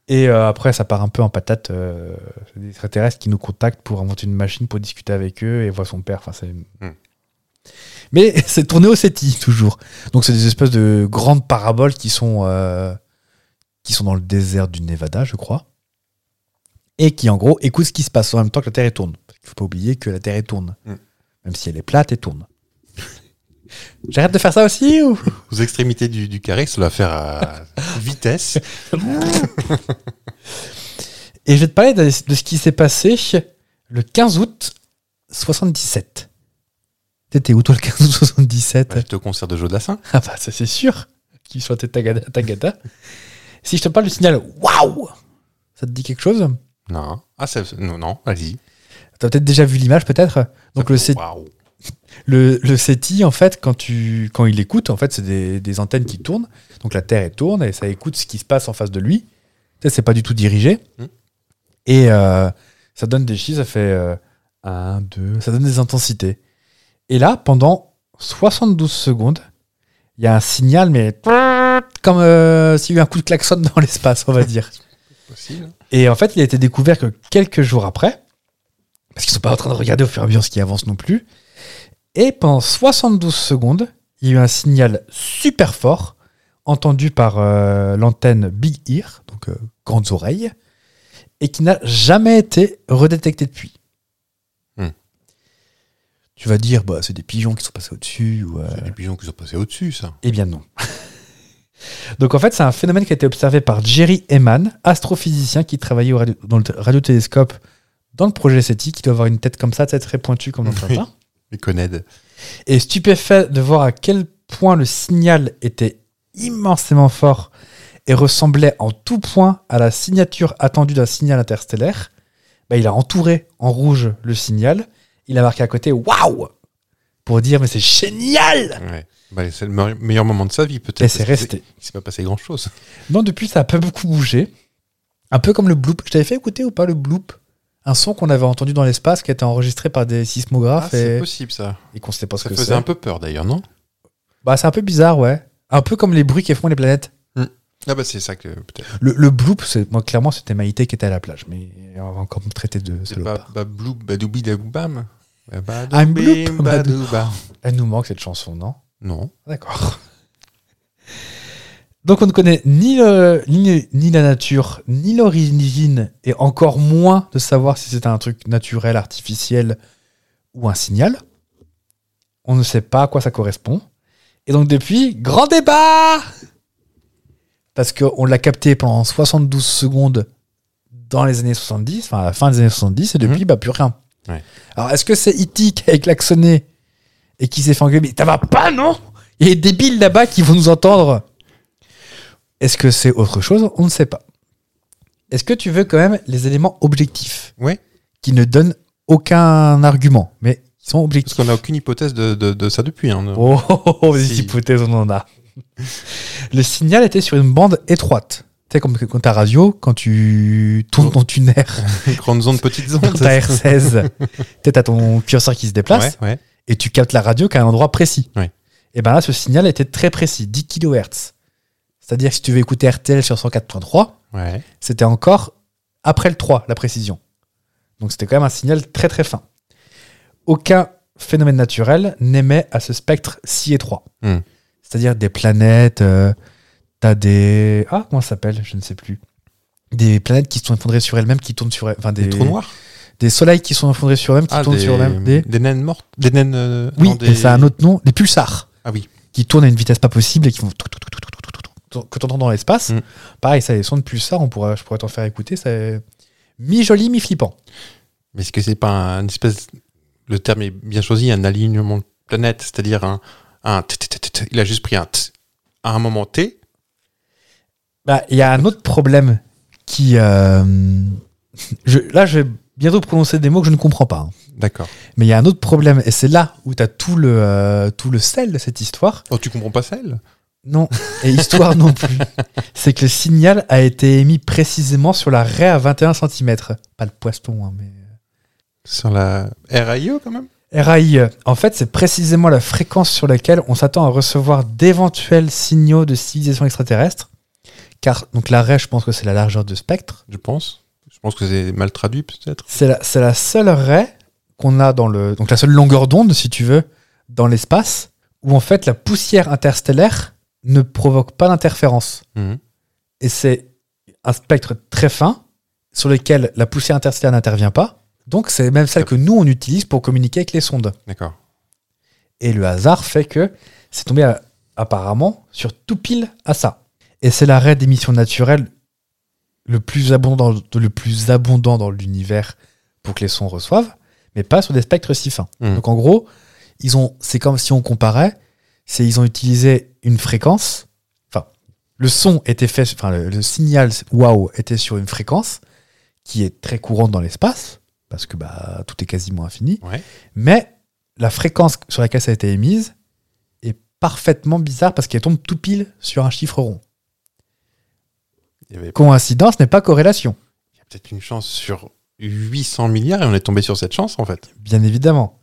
[SPEAKER 1] Et euh, après, ça part un peu en patate. euh, c'est des extraterrestres qui nous contactent pour inventer une machine pour discuter avec eux et voir son père. Enfin, c'est... Mais c'est tourné au SETI, toujours. Donc, c'est des espèces de grandes paraboles qui sont, euh, qui sont dans le désert du Nevada, je crois. Et qui, en gros, écoutent ce qui se passe en même temps que la Terre elle tourne. Il faut pas oublier que la Terre elle tourne.
[SPEAKER 2] Mm.
[SPEAKER 1] Même si elle est plate, elle tourne. J'arrête de faire ça aussi ou
[SPEAKER 2] Aux extrémités du, du carré, ça doit faire à vitesse.
[SPEAKER 1] Et je vais te parler de, de ce qui s'est passé le 15 août 77. T'étais où toi le 15 août 77
[SPEAKER 2] Bah, J'étais au concert de Joe Dassin.
[SPEAKER 1] Ah bah ça c'est sûr qu'il chantait Tagada Tagada. si je te parle du signal Waouh Ça te dit quelque chose
[SPEAKER 2] Non. Ah, c'est- non, non, vas-y.
[SPEAKER 1] T'as peut-être déjà vu l'image peut-être Donc le, C-
[SPEAKER 2] Waouh.
[SPEAKER 1] Le, le SETI, en fait, quand, tu, quand il écoute, en fait, c'est des, des antennes qui tournent. Donc la Terre, elle tourne et ça écoute ce qui se passe en face de lui. Tu sais, c'est pas du tout dirigé.
[SPEAKER 2] Mm.
[SPEAKER 1] Et euh, ça donne des chiffres, ça fait 1, 2, ça donne des intensités. Et là, pendant 72 secondes, il y a un signal, mais comme euh, s'il y a eu un coup de klaxon dans l'espace, on va dire.
[SPEAKER 2] Possible.
[SPEAKER 1] Et en fait, il a été découvert que quelques jours après, parce qu'ils sont pas en train de regarder au fur et à mesure ce qui avance non plus. Et pendant 72 secondes, il y a eu un signal super fort, entendu par euh, l'antenne Big Ear, donc euh, grandes oreilles, et qui n'a jamais été redétecté depuis.
[SPEAKER 2] Hmm.
[SPEAKER 1] Tu vas dire, bah, c'est des pigeons qui sont passés au-dessus. ou, euh,
[SPEAKER 2] C'est des pigeons qui sont passés au-dessus, ça.
[SPEAKER 1] eh bien non. Donc en fait, c'est un phénomène qui a été observé par Jerry Eman, astrophysicien qui travaillait au radio- dans le t- radiotélescope dans le projet SETI, qui doit avoir une tête comme ça, tête très pointue comme dans le
[SPEAKER 2] Oui.
[SPEAKER 1] jardin.
[SPEAKER 2] Les Coned.
[SPEAKER 1] Et stupéfait de voir à quel point le signal était immensément fort et ressemblait en tout point à la signature attendue d'un signal interstellaire, bah, il a entouré en rouge le signal, il a marqué à côté « Waouh !» pour dire « Mais c'est génial !»
[SPEAKER 2] Ouais. Bah, c'est le me- meilleur moment de sa vie, peut-être.
[SPEAKER 1] Et c'est
[SPEAKER 2] parce que
[SPEAKER 1] resté.
[SPEAKER 2] Il s'est pas passé grand-chose.
[SPEAKER 1] Non, depuis, ça n'a pas beaucoup bougé. Un peu comme le bloop. Je t'avais fait écouter ou pas le bloop Un son qu'on avait entendu dans l'espace qui a été enregistré par des
[SPEAKER 2] Ah,
[SPEAKER 1] sismographes
[SPEAKER 2] c'est
[SPEAKER 1] et,
[SPEAKER 2] possible, ça.
[SPEAKER 1] et qu'on ne sait pas ce
[SPEAKER 2] Ça
[SPEAKER 1] que
[SPEAKER 2] faisait
[SPEAKER 1] c'est.
[SPEAKER 2] un peu peur, d'ailleurs, non
[SPEAKER 1] Bah, c'est un peu bizarre, ouais. Un peu comme les bruits qui font les planètes.
[SPEAKER 2] Ah, bah, c'est ça que peut-être.
[SPEAKER 1] Le, le bloop, c'est- moi, clairement, c'était Maïté qui était à la plage. Mais on va encore me traiter de
[SPEAKER 2] C'est
[SPEAKER 1] salopard.
[SPEAKER 2] pas Bablou, Badoubi, Daboubam.
[SPEAKER 1] I'm bloop, badou-
[SPEAKER 2] Badouba.
[SPEAKER 1] Elle nous manque cette chanson, non
[SPEAKER 2] Non.
[SPEAKER 1] D'accord. Donc on ne connaît ni, le- ni, ni la nature, ni l'origine, et encore moins de savoir si c'est un truc naturel, artificiel ou un signal. On ne sait pas à quoi ça correspond. Et donc depuis, grand débat Parce qu'on l'a capté pendant 72 secondes dans les années 70, enfin à la fin des années 70, et depuis, bah, plus rien.
[SPEAKER 2] Mhm. Ouais.
[SPEAKER 1] Alors, est-ce que c'est E.T. qui a klaxonné et qui s'est fait engueuler Mais ça va pas, non Il y a des débiles là-bas qui vont nous entendre. Est-ce que c'est autre chose On ne sait pas. Est-ce que tu veux quand même les éléments objectifs
[SPEAKER 2] Oui.
[SPEAKER 1] Qui ne donnent aucun argument, mais qui sont objectifs.
[SPEAKER 2] Parce qu'on n'a aucune hypothèse de, de- de ça depuis. hein.
[SPEAKER 1] Oh, oh, oh, oh, des
[SPEAKER 2] Si.
[SPEAKER 1] hypothèses, on en a. Le signal était sur une bande étroite. Tu sais, comme que- quand ta radio, quand tu tournes ton tuner,
[SPEAKER 2] Grande zone, petite zone.
[SPEAKER 1] dans ta R16, tu as ton curseur qui se déplace
[SPEAKER 2] Ouais, ouais.
[SPEAKER 1] et tu captes la radio qu'à un endroit précis.
[SPEAKER 2] Ouais.
[SPEAKER 1] Et bien là, ce signal était très précis, 10 kHz. C'est-à-dire que si tu veux écouter RTL sur 104.3,
[SPEAKER 2] ouais.
[SPEAKER 1] c'était encore après le 3, la précision. Donc c'était quand même un signal très très fin. Aucun phénomène naturel n'émet à ce spectre si étroit.
[SPEAKER 2] Hmm.
[SPEAKER 1] C'est-à-dire des planètes, euh, t'as des... Ah, comment ça s'appelle Je ne sais plus. Des planètes qui se sont effondrées sur elles-mêmes, qui tournent sur elles... Enfin, des,
[SPEAKER 2] Des trous noirs
[SPEAKER 1] Des soleils qui sont effondrés sur eux-mêmes, qui
[SPEAKER 2] Ah,
[SPEAKER 1] tournent
[SPEAKER 2] des,
[SPEAKER 1] sur eux-mêmes. Des...
[SPEAKER 2] des naines mortes Des naines. euh,
[SPEAKER 1] Oui,
[SPEAKER 2] non,
[SPEAKER 1] mais
[SPEAKER 2] des...
[SPEAKER 1] ça a un autre nom, des pulsars,
[SPEAKER 2] Ah oui.
[SPEAKER 1] qui tournent à une vitesse pas possible et qui vont... tout, tout, tout, tout, tout, tout, tout, tout, tout, Que t'entends dans l'espace.
[SPEAKER 2] Hmm.
[SPEAKER 1] Pareil, ça, les sons de pulsars, on pourrait, je pourrais t'en faire écouter, ça... Mi-joli, mi-flippant.
[SPEAKER 2] Mais est-ce que c'est pas un- une espèce. Le terme est bien choisi, un alignement de planète, c'est-à-dire un. un t- t- t- t- t- il a juste pris un t à un moment T.
[SPEAKER 1] Bah, il y a un autre problème qui. euh, je- là, je vais bientôt prononcer des mots que je ne comprends pas. hein.
[SPEAKER 2] D'accord.
[SPEAKER 1] Mais il y a un autre problème, et c'est là où tu as tout le, euh, tout le sel de cette histoire.
[SPEAKER 2] Oh, tu comprends pas celle
[SPEAKER 1] Non, et histoire non plus. C'est que le signal a été émis précisément sur la raie à 21 cm. Pas le poisson, hein, mais.
[SPEAKER 2] Sur la RAIE quand même
[SPEAKER 1] RAI, en fait, c'est précisément la fréquence sur laquelle on s'attend à recevoir d'éventuels signaux de civilisation extraterrestre. Car, donc, la raie, je pense que c'est la largeur de spectre.
[SPEAKER 2] Je pense. Je pense que c'est mal traduit peut-être.
[SPEAKER 1] C'est la, c'est la seule raie qu'on a dans le. Donc la seule longueur d'onde, si tu veux, dans l'espace, où en fait la poussière interstellaire ne provoque pas d'interférence.
[SPEAKER 2] Mhm.
[SPEAKER 1] Et c'est un spectre très fin sur lequel la poussière interstellaire n'intervient pas. Donc c'est même celle que nous on utilise pour communiquer avec les sondes.
[SPEAKER 2] D'accord.
[SPEAKER 1] Et le hasard fait que c'est tombé à- apparemment sur tout pile à ça. Et c'est l'arrêt d'émission naturelle le plus abondant, le plus abondant dans l'univers pour que les sons reçoivent, mais pas sur des spectres si fins.
[SPEAKER 2] Mhm.
[SPEAKER 1] Donc en gros, ils ont, c'est comme si on comparait, c'est ils ont utilisé une fréquence, enfin le son était fait, enfin le, le signal waouh était sur une fréquence qui est très courante dans l'espace parce que bah tout est quasiment infini,
[SPEAKER 2] Ouais.
[SPEAKER 1] mais la fréquence sur laquelle ça a été émise est parfaitement bizarre parce qu'elle tombe tout pile sur un chiffre rond.
[SPEAKER 2] Il y avait
[SPEAKER 1] Coïncidence n'est pas corrélation,
[SPEAKER 2] il y a peut-être une chance sur 800 milliards et on est tombé sur cette chance en fait.
[SPEAKER 1] bien évidemment.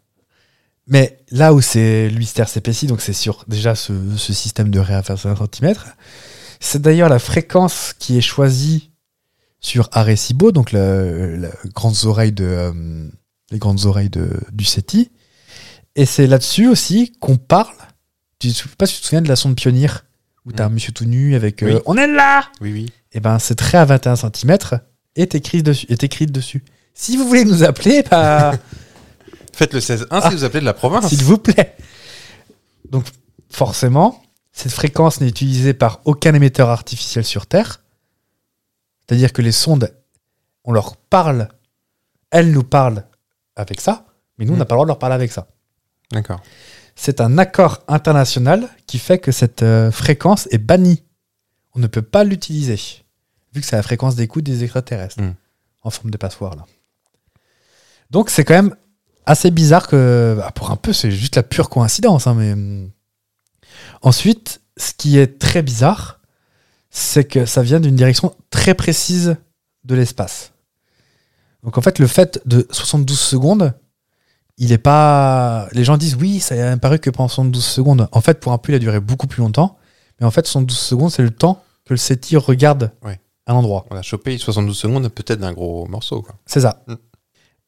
[SPEAKER 1] Mais là où c'est le mystère s'épaissit, donc c'est sur déjà ce, ce système de ré à 21 cm, c'est d'ailleurs la fréquence qui est choisie sur Arecibo, donc le- la grandes oreilles de, euh, les grandes oreilles de, du SETI. Et c'est là-dessus aussi qu'on parle. Je sais pas si tu te souviens de la sonde pionnière où t'as un monsieur tout nu avec euh,
[SPEAKER 2] Oui.
[SPEAKER 1] On est là
[SPEAKER 2] Oui, oui.
[SPEAKER 1] et ben c'est trait à 21 cm est écrit dessus. Est écrite dessus. Si vous voulez nous appeler, bah,
[SPEAKER 2] Faites le 16-1
[SPEAKER 1] Ah.
[SPEAKER 2] si vous appelez de la province.
[SPEAKER 1] s'il vous plaît. Donc forcément, cette fréquence n'est utilisée par aucun émetteur artificiel sur Terre. C'est-à-dire que les sondes, on leur parle, elles nous parlent avec ça, mais nous, on n'a pas le droit de leur parler avec ça.
[SPEAKER 2] D'accord.
[SPEAKER 1] C'est un accord international qui fait que cette euh, fréquence est bannie. On ne peut pas l'utiliser, vu que c'est la fréquence d'écoute des extraterrestres,
[SPEAKER 2] Mm.
[SPEAKER 1] en forme de passoire. Là. Donc c'est quand même assez bizarre que, bah, pour un peu, c'est juste la pure coïncidence. hein, mais... hum. Ensuite, ce qui est très bizarre, c'est que ça vient d'une direction très précise de l'espace. Donc en fait, le fait de 72 secondes, il est pas. Les gens disent oui, ça a apparu que pendant 72 secondes. En fait, pour un pull, il a duré beaucoup plus longtemps. Mais en fait, 72 secondes, c'est le temps que le SETI regarde
[SPEAKER 2] Ouais.
[SPEAKER 1] un endroit.
[SPEAKER 2] On a chopé 72 secondes peut-être d'un gros morceau. Quoi.
[SPEAKER 1] C'est ça.
[SPEAKER 2] Mm.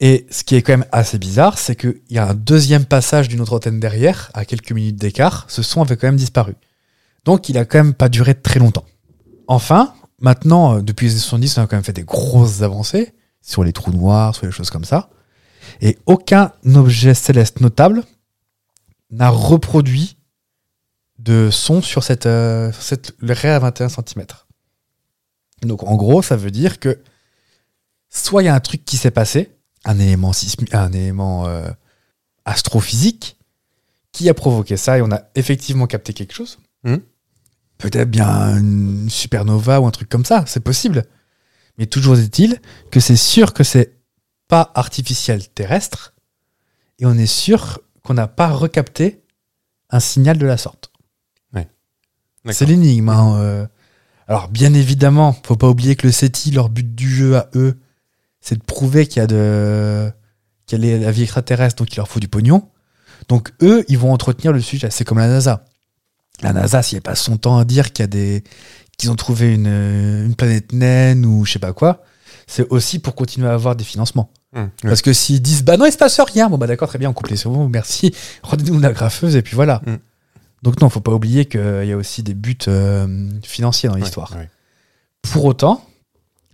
[SPEAKER 1] Et ce qui est quand même assez bizarre, c'est qu'il y a un deuxième passage d'une autre antenne derrière, à quelques minutes d'écart. Ce son avait quand même disparu. Donc, il a quand même pas duré très longtemps. Enfin, maintenant, euh, depuis les années 70, on a quand même fait des grosses avancées sur les trous noirs, sur les choses comme ça. Et aucun objet céleste notable n'a reproduit de son sur cette, euh, sur cette raie à 21 cm. Donc en gros, ça veut dire que soit il y a un truc qui s'est passé, un élément, sismi- un élément euh, astrophysique qui a provoqué ça et on a effectivement capté quelque chose.
[SPEAKER 2] Mhm.
[SPEAKER 1] Peut-être bien une supernova ou un truc comme ça, c'est possible. Mais toujours est-il que c'est sûr que c'est pas artificiel terrestre et on est sûr qu'on n'a pas recapté un signal de la sorte.
[SPEAKER 2] D'accord.
[SPEAKER 1] C'est l'énigme. hein, euh. Alors, bien évidemment, faut pas oublier que le SETI, leur but du jeu à eux, c'est de prouver qu'il y a de qu'il y a la vie extraterrestre, donc il leur faut du pognon. Donc, eux, ils vont entretenir le sujet. C'est comme la NASA. La NASA, s'il passe son temps à dire qu'il y a des qu'ils ont trouvé une, euh, une planète naine ou je sais pas quoi, c'est aussi pour continuer à avoir des financements.
[SPEAKER 2] Hum, ouais.
[SPEAKER 1] Parce que s'ils disent bah non, il se passe rien, bon bah d'accord, très bien, on coupe les cerveaux, merci, rendez-nous la graffeuse, et puis voilà.
[SPEAKER 2] Mm.
[SPEAKER 1] Donc non, faut pas oublier qu'il y a aussi des buts euh, financiers dans
[SPEAKER 2] Ouais,
[SPEAKER 1] l'histoire.
[SPEAKER 2] ouais.
[SPEAKER 1] Pour autant,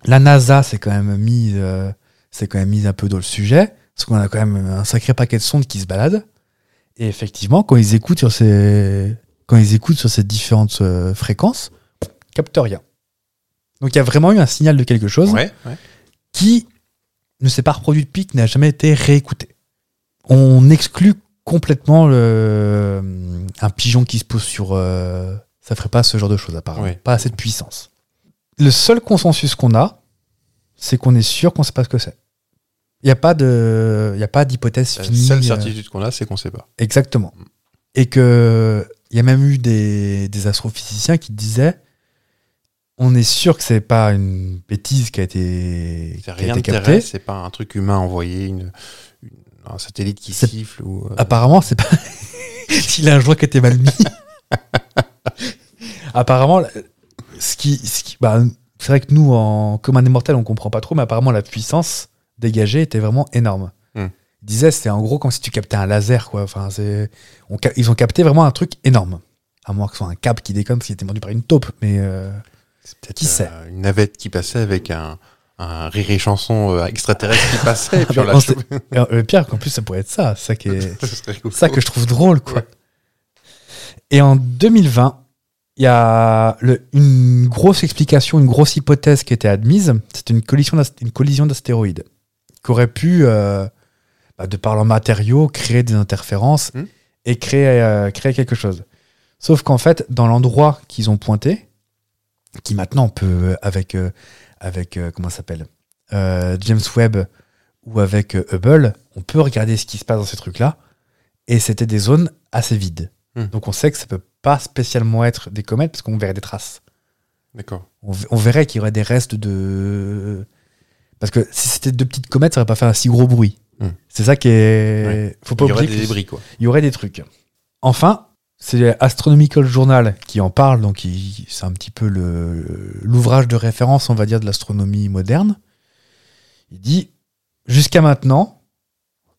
[SPEAKER 1] la NASA s'est quand même mise, euh, s'est quand même mise un peu dans le sujet, parce qu'on a quand même un sacré paquet de sondes qui se baladent. Et effectivement, quand ils écoutent sur ces, quand ils écoutent sur ces différentes euh, fréquences, ils captent rien. Donc il y a vraiment eu un signal de quelque chose
[SPEAKER 2] Ouais, ouais.
[SPEAKER 1] qui ne s'est pas reproduit depuis, qui n'a jamais été réécouté. On exclut complètement le, euh, un pigeon qui se pose sur. euh, ça ferait pas ce genre de choses, apparemment.
[SPEAKER 2] Ouais.
[SPEAKER 1] Pas assez de puissance. Le seul consensus qu'on a, c'est qu'on est sûr qu'on sait pas ce que c'est. Il n'y a pas de, il y a pas d'hypothèse
[SPEAKER 2] La
[SPEAKER 1] finie.
[SPEAKER 2] seule
[SPEAKER 1] euh,
[SPEAKER 2] certitude qu'on a, c'est qu'on ne sait pas.
[SPEAKER 1] Exactement. Et que il y a même eu des, des astrophysiciens qui disaient on est sûr que c'est pas une bêtise qui a été, qui
[SPEAKER 2] C'est
[SPEAKER 1] a
[SPEAKER 2] rien de
[SPEAKER 1] été captée.
[SPEAKER 2] terrestre, c'est pas un truc humain envoyé, une, une- un satellite qui
[SPEAKER 1] C'est- Ah,
[SPEAKER 2] siffle ou. euh,
[SPEAKER 1] Apparemment, c'est pas. S'il a un joint qui était mal mis. apparemment, ce qui. ce qui- bah, c'est vrai que nous, en commun des mortels, on comprend pas trop, mais apparemment, la puissance dégagée était vraiment énorme.
[SPEAKER 2] Hmm.
[SPEAKER 1] Ils disaient, c'était en gros comme si tu captais un laser, quoi. Enfin, c'est- on cap- ils ont capté vraiment un truc énorme. À moins que ce soit un câble qui déconne, parce qu'il était mordu par une taupe, mais. euh,
[SPEAKER 2] c'est peut-être,
[SPEAKER 1] qui sait
[SPEAKER 2] euh, Une navette qui passait avec un, un rire et chanson euh, extraterrestre qui passait, et puis on
[SPEAKER 1] Ah, on
[SPEAKER 2] l'a
[SPEAKER 1] sait-
[SPEAKER 2] chopé.
[SPEAKER 1] et le pire, qu'en plus, ça pourrait être ça. ça qui est...
[SPEAKER 2] Ce serait rigolo.
[SPEAKER 1] ça que je trouve drôle, quoi.
[SPEAKER 2] Ouais.
[SPEAKER 1] Et en 2020, il y a le- une grosse explication, une grosse hypothèse qui était admise. C'est une collision, d'ast- une collision d'astéroïdes qui aurait pu, euh, bah, de par leurs matériaux, créer des interférences
[SPEAKER 2] Mhm.
[SPEAKER 1] et créer, euh, créer quelque chose. Sauf qu'en fait, dans l'endroit qu'ils ont pointé, qui maintenant on peut, euh, avec, euh, avec euh, comment ça s'appelle Euh, James Webb ou avec euh, Hubble, on peut regarder ce qui se passe dans ces trucs-là et c'était des zones assez vides.
[SPEAKER 2] Hmm.
[SPEAKER 1] Donc on sait que ça peut pas spécialement être des comètes parce qu'on verrait des traces.
[SPEAKER 2] D'accord.
[SPEAKER 1] On, ve- on verrait qu'il y aurait des restes de parce que si c'était deux petites comètes, ça aurait pas fait un si gros bruit.
[SPEAKER 2] Hmm.
[SPEAKER 1] C'est ça qui est. Faut pas
[SPEAKER 2] Il y aurait
[SPEAKER 1] oublier.
[SPEAKER 2] des
[SPEAKER 1] que-
[SPEAKER 2] débris, quoi.
[SPEAKER 1] il y aurait des trucs. Enfin, c'est Astronomical Journal qui en parle, donc il- c'est un petit peu le- l'ouvrage de référence, on va dire, de l'astronomie moderne. Il dit jusqu'à maintenant,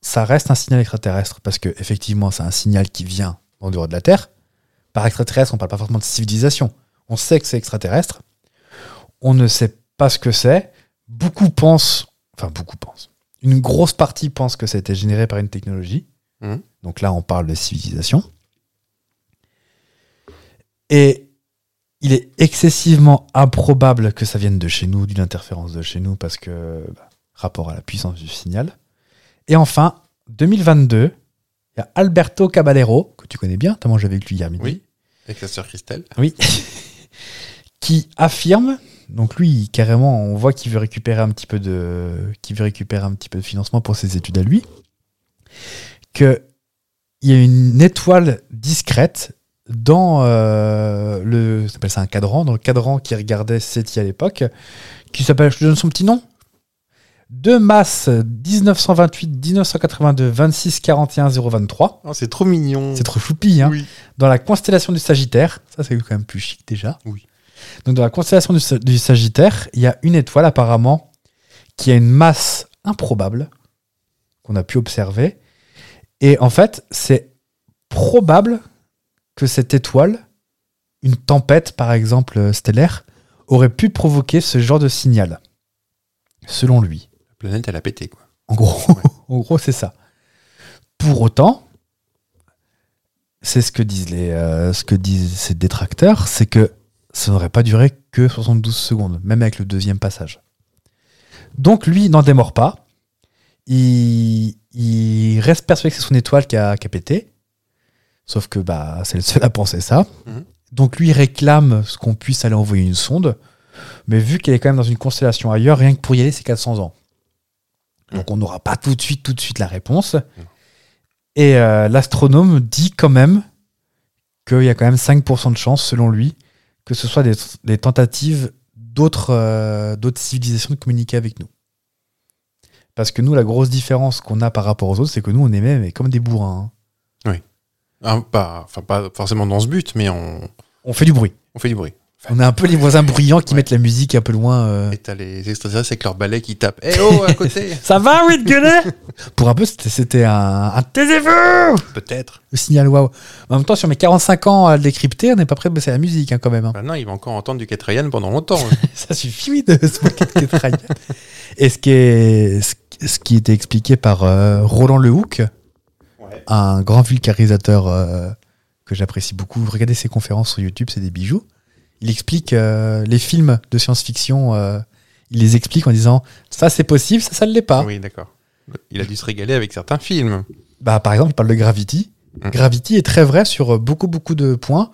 [SPEAKER 1] ça reste un signal extraterrestre, parce que effectivement, c'est un signal qui vient en dehors de la Terre. Par extraterrestre, on parle pas forcément de civilisation. On sait que c'est extraterrestre. On ne sait pas ce que c'est. Beaucoup pensent, enfin beaucoup pensent. Une grosse partie pense que ça a été généré par une technologie. Donc là, on parle de civilisation. Et il est excessivement improbable que ça vienne de chez nous, d'une interférence de chez nous, parce que bah, rapport à la puissance du signal. Et enfin, 2022, il y a Alberto Caballero, que tu connais bien, t'as mangé avec lui hier midi.
[SPEAKER 2] Oui, avec la sœur Christelle.
[SPEAKER 1] Oui. qui affirme, donc lui, carrément, on voit qu'il veut récupérer un petit peu de, qu'il veut récupérer un petit peu de financement pour ses études à lui, que il y a une étoile discrète dans euh, le, ça s'appelle ça un cadran, dans le cadran qui regardait SETI à l'époque, qui s'appelle, je te donne son petit nom. De masse 1928, 1982, 26, 41, 023.
[SPEAKER 2] Oh, c'est trop mignon.
[SPEAKER 1] C'est trop choupi, hein
[SPEAKER 2] Oui.
[SPEAKER 1] dans la constellation du Sagittaire, ça c'est quand même plus chic déjà.
[SPEAKER 2] Oui.
[SPEAKER 1] Donc dans la constellation du, Sa- du Sagittaire, il y a une étoile apparemment qui a une masse improbable qu'on a pu observer. Et en fait, c'est probable que cette étoile, une tempête par exemple euh, stellaire, aurait pu provoquer ce genre de signal, selon lui.
[SPEAKER 2] La planète, elle a pété, quoi.
[SPEAKER 1] En gros, en gros, c'est ça. Pour autant, c'est ce que disent les, euh, ce que disent ces détracteurs, c'est que ça n'aurait pas duré que 72 secondes, même avec le deuxième passage. Donc lui il n'en démord pas. il, il reste persuadé que c'est son étoile qui a, qui a pété. Sauf que bah, c'est le seul à penser ça.
[SPEAKER 2] Mhm.
[SPEAKER 1] Donc lui il réclame ce qu'on puisse aller envoyer une sonde. Mais vu qu'elle est quand même dans une constellation ailleurs, rien que pour y aller, c'est 400 ans. Donc on n'aura pas tout de suite, tout de suite la réponse. Et euh, l'astronome dit quand même qu'il y a quand même 5% de chance, selon lui, que ce soit des, des tentatives d'autres euh, d'autres civilisations de communiquer avec nous. Parce que nous, la grosse différence qu'on a par rapport aux autres, c'est que nous, on aimait mais comme des bourrins. hein.
[SPEAKER 2] Ah, pas, enfin, pas forcément dans ce but, mais on,
[SPEAKER 1] On fait du bruit.
[SPEAKER 2] on fait du bruit.
[SPEAKER 1] On a un peu les voisins bruyants qui
[SPEAKER 2] Ouais.
[SPEAKER 1] mettent la musique un peu loin. euh.
[SPEAKER 2] Et t'as les extraterrestres avec leur balai qui tapent. Eh oh, à côté
[SPEAKER 1] Ça va, oui, de gueuler Pour un peu, c'était- c'était un, un taisez-vous
[SPEAKER 2] Peut-être.
[SPEAKER 1] Le signal waouh. En même temps, sur mes 45 ans à le décrypter, on n'est pas prêt de baisser la musique hein, quand même. hein.
[SPEAKER 2] Maintenant, il va encore entendre du Ketrayan pendant longtemps. hein.
[SPEAKER 1] ça suffit oui, de se moquer de Kate Ryan. Et ce qui, est, ce, ce qui était expliqué par euh, Roland Lehoucq,
[SPEAKER 2] Ouais.
[SPEAKER 1] un grand vulgarisateur euh, que j'apprécie beaucoup, regardez ses conférences sur YouTube, c'est des bijoux. Il explique euh, les films de science-fiction, euh, il les explique en disant ça c'est possible, ça ça ne l'est pas.
[SPEAKER 2] Oui, d'accord. Il a dû se régaler avec certains films.
[SPEAKER 1] Bah, par exemple, il parle de Gravity.
[SPEAKER 2] Mm.
[SPEAKER 1] Gravity est très vrai sur euh, beaucoup, beaucoup de points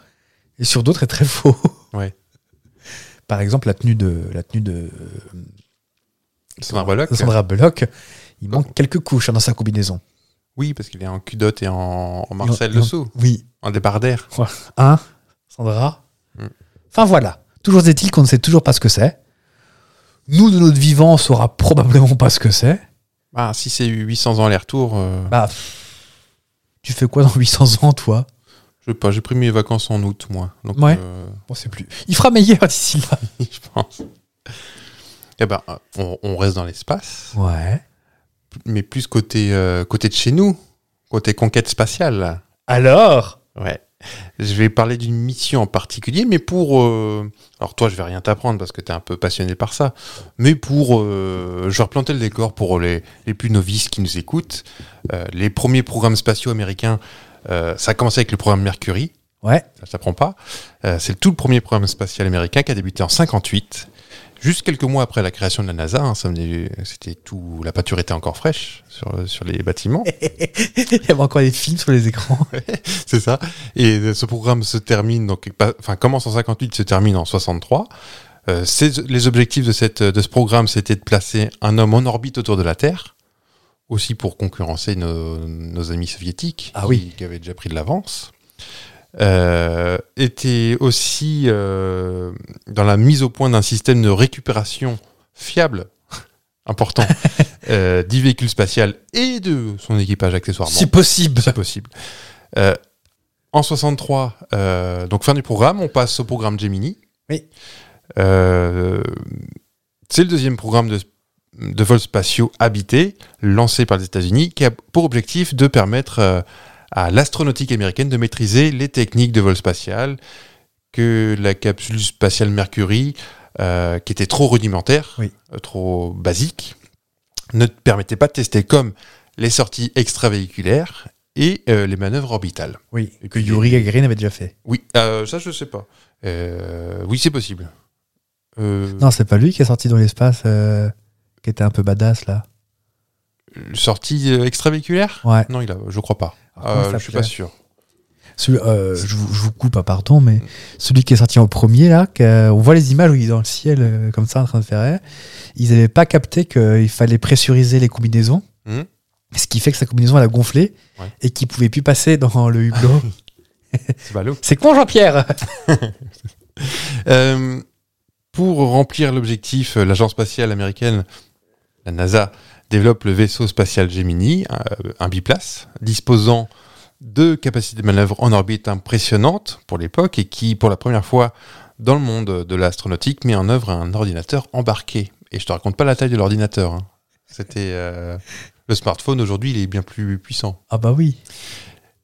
[SPEAKER 1] et sur d'autres est très faux.
[SPEAKER 2] Ouais.
[SPEAKER 1] Par exemple, la tenue de, la tenue de
[SPEAKER 2] Sandra Bullock.
[SPEAKER 1] de Sandra Bullock, il manque
[SPEAKER 2] Oh.
[SPEAKER 1] quelques couches hein, dans sa combinaison.
[SPEAKER 2] Oui, parce qu'il est en culotte et en, en Marcel
[SPEAKER 1] Et en-
[SPEAKER 2] dessous,
[SPEAKER 1] Oui,
[SPEAKER 2] en débardère.
[SPEAKER 1] hein, Sandra
[SPEAKER 2] Mm.
[SPEAKER 1] Enfin voilà, toujours est-il qu'on ne sait toujours pas ce que c'est. Nous, de notre vivant, on saura probablement pas ce que c'est.
[SPEAKER 2] Ah, si c'est 800 ans aller-retour, euh,
[SPEAKER 1] Bah, pff, tu fais quoi dans 800 ans, toi
[SPEAKER 2] je sais pas, j'ai pris mes vacances en août, moi. Donc,
[SPEAKER 1] Ouais.
[SPEAKER 2] euh,
[SPEAKER 1] On sait plus. Il fera meilleur d'ici là.
[SPEAKER 2] je pense. Eh ben, euh, on, on reste dans l'espace,
[SPEAKER 1] Ouais.
[SPEAKER 2] mais plus côté, euh, côté de chez nous, côté conquête spatiale. là.
[SPEAKER 1] Alors
[SPEAKER 2] Ouais. Je vais parler d'une mission en particulier, mais pour. euh, Alors, toi, je vais rien t'apprendre parce que tu es un peu passionné par ça. Mais pour. euh, Je vais replanter le décor pour les, les plus novices qui nous écoutent. Euh, les premiers programmes spatiaux américains, euh, ça a commencé avec le programme Mercury.
[SPEAKER 1] Ouais.
[SPEAKER 2] Ça ne s'apprend pas. Euh, C'est tout le premier programme spatial américain qui a débuté en 58. Juste quelques mois après la création de la NASA, hein, ça venait- c'était tout, la peinture était encore fraîche sur, sur les bâtiments.
[SPEAKER 1] Il y avait encore des films sur les écrans.
[SPEAKER 2] C'est ça. Et euh, ce programme se termine, donc, pas- enfin, commence en 58, se termine en 63. Euh, c'est- les objectifs de, cette, de ce programme, c'était de placer un homme en orbite autour de la Terre, aussi pour concurrencer nos, nos amis soviétiques,
[SPEAKER 1] Ah
[SPEAKER 2] qui,
[SPEAKER 1] oui.
[SPEAKER 2] qui avaient déjà pris de l'avance. Euh, était aussi euh, dans la mise au point d'un système de récupération fiable, important, euh, du véhicule spatial et de son équipage accessoirement.
[SPEAKER 1] C'est possible.
[SPEAKER 2] C'est possible. Euh, en 63, euh, donc fin du programme, on passe au programme Gemini.
[SPEAKER 1] Oui.
[SPEAKER 2] Euh, c'est le deuxième programme de, de vols spatiaux habités, lancé par les États-Unis, qui a pour objectif de permettre euh, à l'astronautique américaine de maîtriser les techniques de vol spatial que la capsule spatiale Mercury, euh, qui était trop rudimentaire,
[SPEAKER 1] Oui.
[SPEAKER 2] euh, trop basique, ne te permettait pas de tester comme les sorties extravéhiculaires et euh, les manœuvres orbitales.
[SPEAKER 1] Oui,
[SPEAKER 2] Et
[SPEAKER 1] que
[SPEAKER 2] puis-
[SPEAKER 1] Yuri Gagarin avait déjà fait.
[SPEAKER 2] Oui, euh, ça je sais pas. Euh, oui, c'est possible. Euh,
[SPEAKER 1] Non, c'est pas lui qui est sorti dans l'espace, euh, qui était un peu badass là.
[SPEAKER 2] Sortie euh, extravéhiculaire
[SPEAKER 1] Ouais.
[SPEAKER 2] Non, il a, je crois pas.
[SPEAKER 1] Alors, comment
[SPEAKER 2] Euh,
[SPEAKER 1] ça
[SPEAKER 2] je suis pas
[SPEAKER 1] s'appelait
[SPEAKER 2] sûr.
[SPEAKER 1] Celui- euh, je, vous, je vous coupe, ah, pardon,
[SPEAKER 2] Mm.
[SPEAKER 1] mais celui qui est sorti en premier là, que, euh, on voit les images où il est dans le ciel euh, comme ça en train de faire. air. Ils n'avaient pas capté qu'il fallait pressuriser les combinaisons,
[SPEAKER 2] Mhm.
[SPEAKER 1] ce qui fait que sa combinaison elle a gonflé
[SPEAKER 2] Ouais.
[SPEAKER 1] et qu'il pouvait plus passer dans le hublot.
[SPEAKER 2] C'est ballot.
[SPEAKER 1] c'est con Jean-Pierre.
[SPEAKER 2] Euh, pour remplir l'objectif, euh, l'agence spatiale américaine, la NASA, développe le vaisseau spatial Gemini, euh, un biplace, disposant de capacités de manœuvre en orbite impressionnantes pour l'époque et qui, pour la première fois dans le monde de l'astronautique, met en œuvre un ordinateur embarqué. Et je te raconte pas la taille de l'ordinateur. hein. C'était euh, le smartphone. Aujourd'hui, il est bien plus puissant.
[SPEAKER 1] Ah bah oui.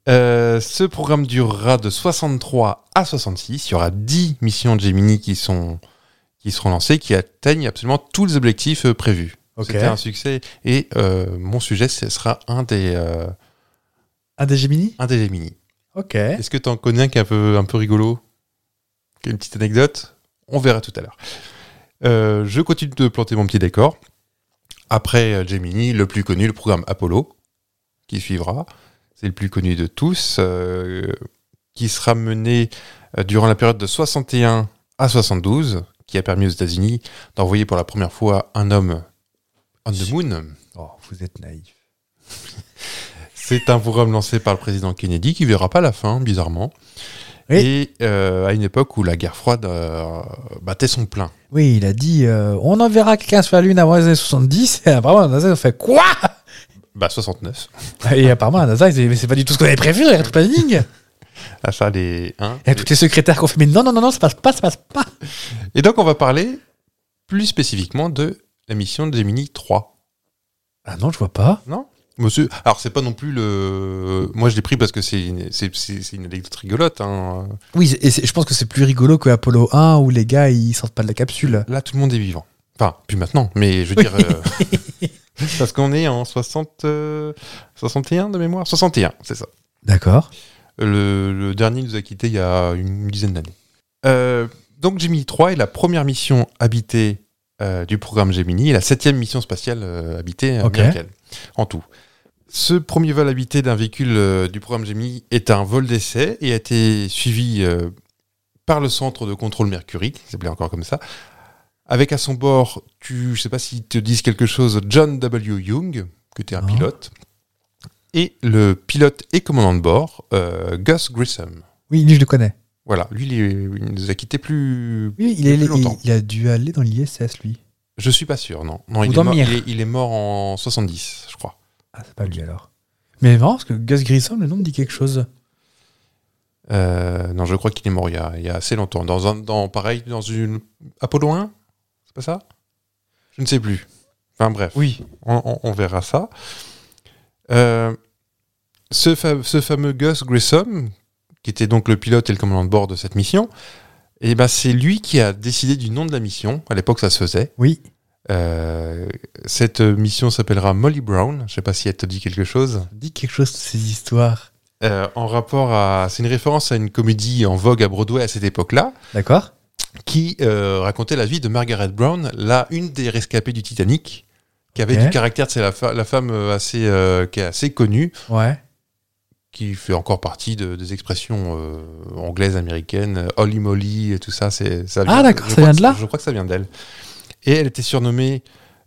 [SPEAKER 2] Euh, ce programme durera de 63 à 66. Il y aura 10 missions de Gemini qui, sont, qui seront lancées, qui atteignent absolument tous les objectifs euh, prévus.
[SPEAKER 1] Ok.
[SPEAKER 2] C'était un succès. Et euh, mon sujet, ce sera un des, euh,
[SPEAKER 1] Un des Gemini.
[SPEAKER 2] un des Gemini.
[SPEAKER 1] Ok.
[SPEAKER 2] Est-ce que tu en connais un qui est un peu, un peu rigolo Qui a Une petite anecdote On verra tout à l'heure. Euh, je continue de planter mon petit décor. Après euh, Gemini, le plus connu, le programme Apollo, qui suivra. C'est le plus connu de tous, euh, qui sera mené euh, durant la période de 61 à 72, qui a permis aux États-Unis d'envoyer pour la première fois un homme on the moon.
[SPEAKER 1] Oh, vous êtes naïf.
[SPEAKER 2] C'est un programme lancé par le président Kennedy qui verra pas la fin, bizarrement.
[SPEAKER 1] Oui.
[SPEAKER 2] Et euh, à une époque où la guerre froide euh, battait son plein.
[SPEAKER 1] Oui, il a dit euh, on enverra quelqu'un sur la Lune avant les années 70. Et apparemment, la NASA, ils ont fait quoi
[SPEAKER 2] Bah 69.
[SPEAKER 1] Et apparemment, la NASA, ils ont dit, mais c'est pas du tout ce qu'on avait prévu, regarde tout le planning.
[SPEAKER 2] À ça les hein,
[SPEAKER 1] Et toutes les secrétaires qui ont fait mais non, non, non, non, ça passe pas, ça passe pas.
[SPEAKER 2] Et donc on va parler plus spécifiquement de la mission de Gemini 3.
[SPEAKER 1] Ah non, je vois pas.
[SPEAKER 2] Monsieur, alors c'est pas non plus le. Moi je l'ai pris parce que c'est une, c'est- c'est- c'est une anecdote rigolote. hein.
[SPEAKER 1] Oui, c'est- et c'est- je pense que c'est plus rigolo que Apollo 1 où les gars ils sortent pas de la capsule.
[SPEAKER 2] Là tout le monde est vivant. Enfin, plus maintenant, mais je veux
[SPEAKER 1] Oui.
[SPEAKER 2] dire. euh, parce qu'on est en 60, euh, 61 de mémoire 61, c'est ça.
[SPEAKER 1] D'accord.
[SPEAKER 2] Le, le dernier nous a quittés il y a une dizaine d'années. Euh, donc Gemini 3 est la première mission habitée euh, du programme Gemini et la septième mission spatiale euh, habitée
[SPEAKER 1] Ok.
[SPEAKER 2] américaine, en tout. Ce premier vol habité d'un véhicule euh, du programme Gemini est un vol d'essai et a été suivi euh, par le centre de contrôle Mercury, qui s'appelait encore comme ça, avec à son bord, tu, je sais pas si te disent quelque chose, John W. Young, qui était un
[SPEAKER 1] Non.
[SPEAKER 2] pilote, et le pilote et commandant de bord, euh, Gus Grissom.
[SPEAKER 1] Oui, lui je le connais.
[SPEAKER 2] Voilà, lui, il, est- il nous a quitté plus.
[SPEAKER 1] Oui, il, est,
[SPEAKER 2] Depuis
[SPEAKER 1] il-
[SPEAKER 2] longtemps.
[SPEAKER 1] il a dû aller dans l'ISS lui.
[SPEAKER 2] Je suis pas sûr, non. Non,
[SPEAKER 1] Ou
[SPEAKER 2] il est,
[SPEAKER 1] dans
[SPEAKER 2] mort,
[SPEAKER 1] Mir.
[SPEAKER 2] il, est, il est mort en 70, je crois.
[SPEAKER 1] Ah, c'est pas lui alors. Mais marrant parce que Gus Grissom, le nom me dit quelque chose.
[SPEAKER 2] Euh, non, je crois qu'il est mort il y a, il y a assez longtemps. Dans un, dans, pareil, dans une. Apollo 1 C'est pas ça Je ne sais plus. Enfin bref.
[SPEAKER 1] Oui.
[SPEAKER 2] on, on- on verra ça. Euh, ce, fa- ce fameux Gus Grissom, qui était donc le pilote et le commandant de bord de cette mission, eh ben c'est lui qui a décidé du nom de la mission. À l'époque, ça se faisait.
[SPEAKER 1] Oui.
[SPEAKER 2] Euh, cette mission s'appellera Molly Brown. Je ne sais pas si elle te dit quelque chose.
[SPEAKER 1] Dit quelque chose de ces histoires.
[SPEAKER 2] Euh, en rapport à, c'est une référence à une comédie en vogue à Broadway à cette époque-là,
[SPEAKER 1] D'accord.
[SPEAKER 2] qui euh, racontait la vie de Margaret Brown, la une des rescapées du Titanic, qui avait
[SPEAKER 1] Ok.
[SPEAKER 2] du caractère. C'est la, fa- la femme euh, assez, euh, qui est assez connue.
[SPEAKER 1] Ouais.
[SPEAKER 2] qui fait encore partie de- des expressions euh, anglaises, américaines, euh, holy moly et tout ça. c'est- ça
[SPEAKER 1] Ah, d'accord,
[SPEAKER 2] je
[SPEAKER 1] ça
[SPEAKER 2] crois
[SPEAKER 1] vient
[SPEAKER 2] que
[SPEAKER 1] de là
[SPEAKER 2] Je crois que ça vient d'elle. Et elle était surnommée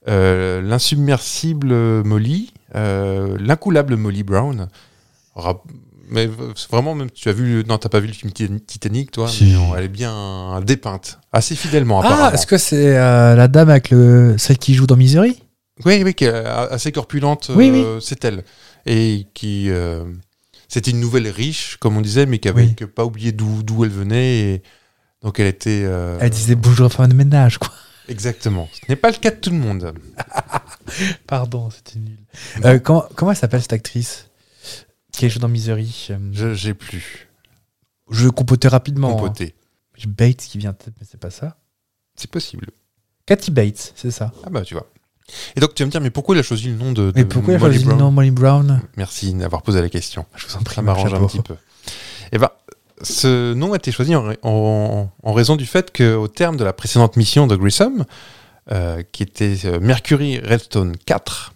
[SPEAKER 2] euh, l'insubmersible Molly, euh, l'incoulable Molly Brown. Rap- mais v- vraiment, même tu as vu, non, t'as pas vu le film Titan- Titanic, toi
[SPEAKER 1] Si.
[SPEAKER 2] mais non, Elle est bien dépeinte, assez fidèlement apparemment.
[SPEAKER 1] Ah, est-ce que c'est euh, la dame avec le celle qui joue dans Misery
[SPEAKER 2] Euh. Oui, oui, qui est a- assez corpulente,
[SPEAKER 1] Oui,
[SPEAKER 2] euh, c'est elle. Et qui. euh, c'était une nouvelle riche, comme on disait, mais qui avait
[SPEAKER 1] Oui.
[SPEAKER 2] que pas oublié d'où d'où elle venait. et donc elle était. euh,
[SPEAKER 1] Elle disait bonjour femme de ménage quoi.
[SPEAKER 2] Exactement. Ce n'est pas le cas de tout le monde.
[SPEAKER 1] Pardon, c'était nul. Euh, comment, comment elle s'appelle cette actrice qui joue dans Misery Euh,
[SPEAKER 2] Je- J'ai plus
[SPEAKER 1] Je vais compoter rapidement. hein.
[SPEAKER 2] compoté.
[SPEAKER 1] J'ai Bates qui vient de tête, mais c'est pas ça.
[SPEAKER 2] C'est possible.
[SPEAKER 1] Cathy Bates, c'est ça.
[SPEAKER 2] Ah bah, tu vois. Et donc tu vas me dire, mais pourquoi il a choisi le nom de.
[SPEAKER 1] Mais
[SPEAKER 2] de
[SPEAKER 1] pourquoi elle a
[SPEAKER 2] Molly
[SPEAKER 1] choisi le
[SPEAKER 2] Brown
[SPEAKER 1] nom Molly Brown
[SPEAKER 2] Merci d'avoir posé la question.
[SPEAKER 1] Je vous en prie,
[SPEAKER 2] Ça m'arrange un
[SPEAKER 1] chapeau.
[SPEAKER 2] petit peu. Eh ben, ce nom a été choisi en, en- en raison du fait qu'au terme de la précédente mission de Grissom, euh, qui était euh, Mercury Redstone 4,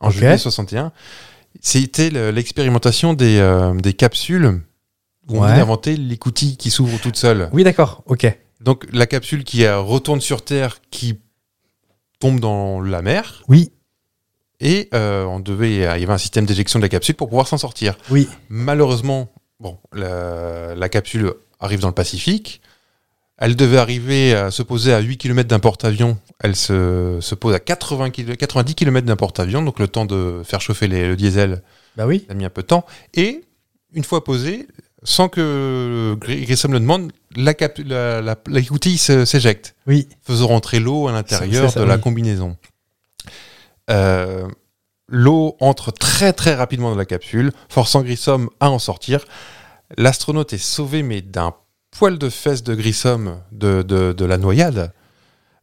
[SPEAKER 2] en
[SPEAKER 1] Ok.
[SPEAKER 2] juillet 61, c'était le- l'expérimentation des, euh, des capsules où on
[SPEAKER 1] Ouais.
[SPEAKER 2] a inventé l'écoutille qui s'ouvre toute seule.
[SPEAKER 1] Oui, d'accord, ok.
[SPEAKER 2] Donc la capsule qui euh, retourne sur Terre, qui tombe dans la mer,
[SPEAKER 1] Oui,
[SPEAKER 2] et euh, on devait, il y avait un système d'éjection de la capsule pour pouvoir s'en sortir.
[SPEAKER 1] oui.
[SPEAKER 2] Malheureusement, bon, la, la capsule arrive dans le Pacifique. Elle devait arriver à se poser à 8 km d'un porte-avions. Elle se, se pose à 80 kil- 90 km d'un porte-avions, donc le temps de faire chauffer les- le diesel,
[SPEAKER 1] Bah oui.
[SPEAKER 2] ça a mis un peu de temps. Et une fois posée, sans que Gr- Grissom le demande, la, cap- la, la- la coutille se- s'éjecte
[SPEAKER 1] Oui.
[SPEAKER 2] faisant rentrer l'eau à l'intérieur
[SPEAKER 1] C'est ça,
[SPEAKER 2] de la
[SPEAKER 1] oui.
[SPEAKER 2] combinaison. Euh, l'eau entre très très rapidement dans la capsule, forçant Grissom à en sortir. L'astronaute est sauvé, mais d'un poil de fesse de Grissom de, de- de la noyade.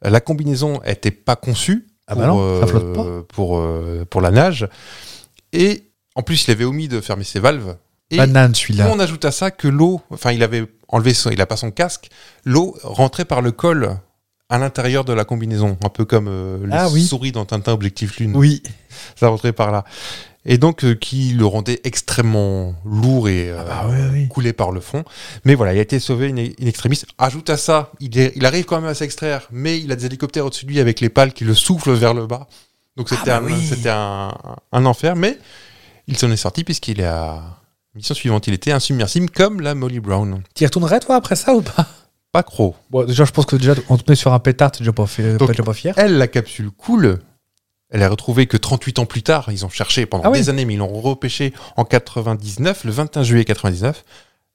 [SPEAKER 2] La combinaison n'était pas conçue
[SPEAKER 1] Ah bah non, ça flotte pas.
[SPEAKER 2] pour, euh, pour la nage. Et en plus, il avait omis de fermer ses valves. Et
[SPEAKER 1] Banane, celui-là.
[SPEAKER 2] on ajoute à ça que l'eau, enfin, il avait enlevé son, il a pas son casque, l'eau rentrait par le col à l'intérieur de la combinaison, un peu comme euh, les
[SPEAKER 1] Ah oui.
[SPEAKER 2] souris dans Tintin Objectif Lune.
[SPEAKER 1] Oui.
[SPEAKER 2] Ça rentrait par là. Et donc, euh, qui le rendait extrêmement lourd et euh,
[SPEAKER 1] Ah oui, oui.
[SPEAKER 2] coulé par le fond. Mais voilà, il a été sauvé in, in extremis. Ajoute à ça, il, est- il arrive quand même à s'extraire, mais il a des hélicoptères au-dessus de lui avec les pales qui le soufflent vers le bas. Donc c'était
[SPEAKER 1] bah
[SPEAKER 2] un,
[SPEAKER 1] oui.
[SPEAKER 2] c'était un, un enfer, mais il s'en est sorti puisqu'il est à mission suivante. Il était insubmersible comme la Molly Brown.
[SPEAKER 1] T'y retournerais, toi, après ça ou pas
[SPEAKER 2] Pas croc.
[SPEAKER 1] Bon, déjà, je pense que déjà, on tournait sur un pétard, t'es déjà pas, fait,
[SPEAKER 2] Donc,
[SPEAKER 1] pas, déjà pas fier.
[SPEAKER 2] Elle, la capsule cool. Elle est retrouvée que 38 ans plus tard. Ils ont cherché pendant
[SPEAKER 1] Ah oui.
[SPEAKER 2] des années, mais ils l'ont repêchée en 99, le 21 juillet 99.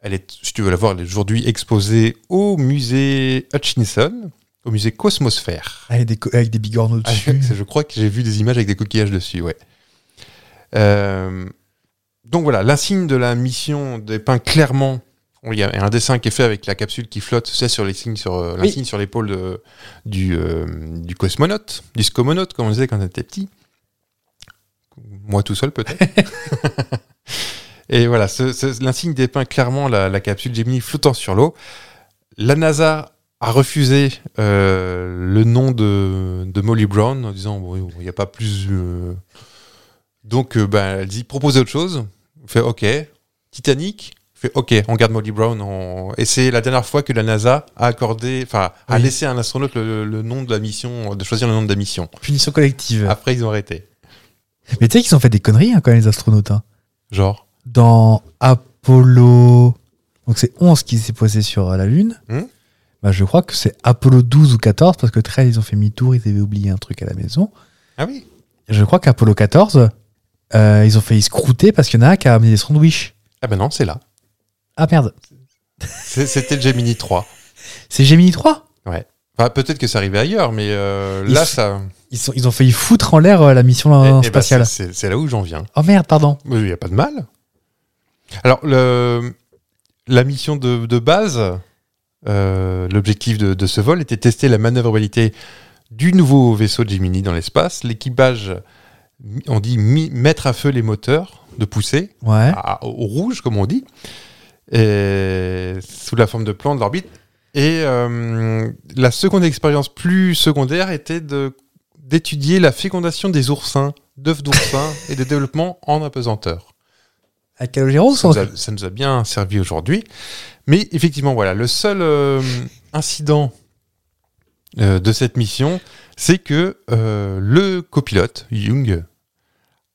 [SPEAKER 2] Elle est, si tu veux la voir, elle est aujourd'hui exposée au musée Hutchinson, au musée Cosmosphère.
[SPEAKER 1] Avec des, co- avec des bigornes au-dessus.
[SPEAKER 2] Avec- Ah, je crois que j'ai vu des images avec des coquillages dessus, ouais. Euh, donc voilà, l'insigne de la mission dépeint clairement. Il y a un dessin qui est fait avec la capsule qui flotte, c'est sur les signes sur euh, l'insigne sur l'épaule de- du, euh, du cosmonaute, du scomonaute, comme on disait quand on était petit. Moi tout seul peut-être. Et voilà, ce- ce- l'insigne dépeint clairement la, la capsule Gemini flottant sur l'eau. La NASA a refusé euh, le nom de, de Molly Brown en disant Bon, il n'y a pas plus. euh. Donc euh, ben, elle dit proposez autre chose. On fait OK. Titanic on fait OK, on garde Molly Brown. on- Et c'est la dernière fois que la NASA a accordé, enfin, a
[SPEAKER 1] Oui.
[SPEAKER 2] laissé à un astronaute le, le nom de la mission, de choisir le nom de la mission.
[SPEAKER 1] Punition collective.
[SPEAKER 2] Après, ils ont arrêté.
[SPEAKER 1] Mais tu sais qu'ils ont fait des conneries, hein, quand même, les astronautes. hein.
[SPEAKER 2] Genre,
[SPEAKER 1] Dans Apollo. Donc, c'est 11 qui s'est posé sur euh, la Lune.
[SPEAKER 2] Hmm.
[SPEAKER 1] Bah, je crois que c'est Apollo 12 ou 14, parce que 13, ils ont fait mi-tour, ils avaient oublié un truc à la maison.
[SPEAKER 2] ah oui,
[SPEAKER 1] Je crois qu'Apollo 14, euh, ils ont failli se croûter parce qu'il y en a un qui a amené des sandwichs.
[SPEAKER 2] ah ben non, c'est là.
[SPEAKER 1] Ah merde,
[SPEAKER 2] C'est- C'était le Gemini 3.
[SPEAKER 1] c'est Gemini 3
[SPEAKER 2] Enfin, peut-être que ça arrivait ailleurs, mais euh,
[SPEAKER 1] Il
[SPEAKER 2] là,
[SPEAKER 1] se-
[SPEAKER 2] ça.
[SPEAKER 1] ils, sont, ils ont failli foutre en l'air euh, la mission
[SPEAKER 2] Eh- eh
[SPEAKER 1] euh,
[SPEAKER 2] ben,
[SPEAKER 1] spatiale.
[SPEAKER 2] c'est- c'est c'est là où j'en viens.
[SPEAKER 1] oh merde, pardon.
[SPEAKER 2] Mais Il n'y a pas de mal. Alors, le, la mission de, de base, euh, l'objectif de, de ce vol était de tester la manœuvrabilité du nouveau vaisseau Gemini dans l'espace. L'équipage, mi- on dit mi- mettre à feu les moteurs de poussée,
[SPEAKER 1] Ouais.
[SPEAKER 2] à- au rouge, comme on dit, et sous la forme de plan de l'orbite. Et euh, la seconde expérience plus secondaire était de- d'étudier la fécondation des oursins, d'œufs d'oursins et de développement en apesanteur.
[SPEAKER 1] À Calogero
[SPEAKER 2] Ça nous, a, ça nous a bien servi aujourd'hui. Mais effectivement, voilà, le seul euh, incident euh, de cette mission, c'est que euh, le copilote, Jung,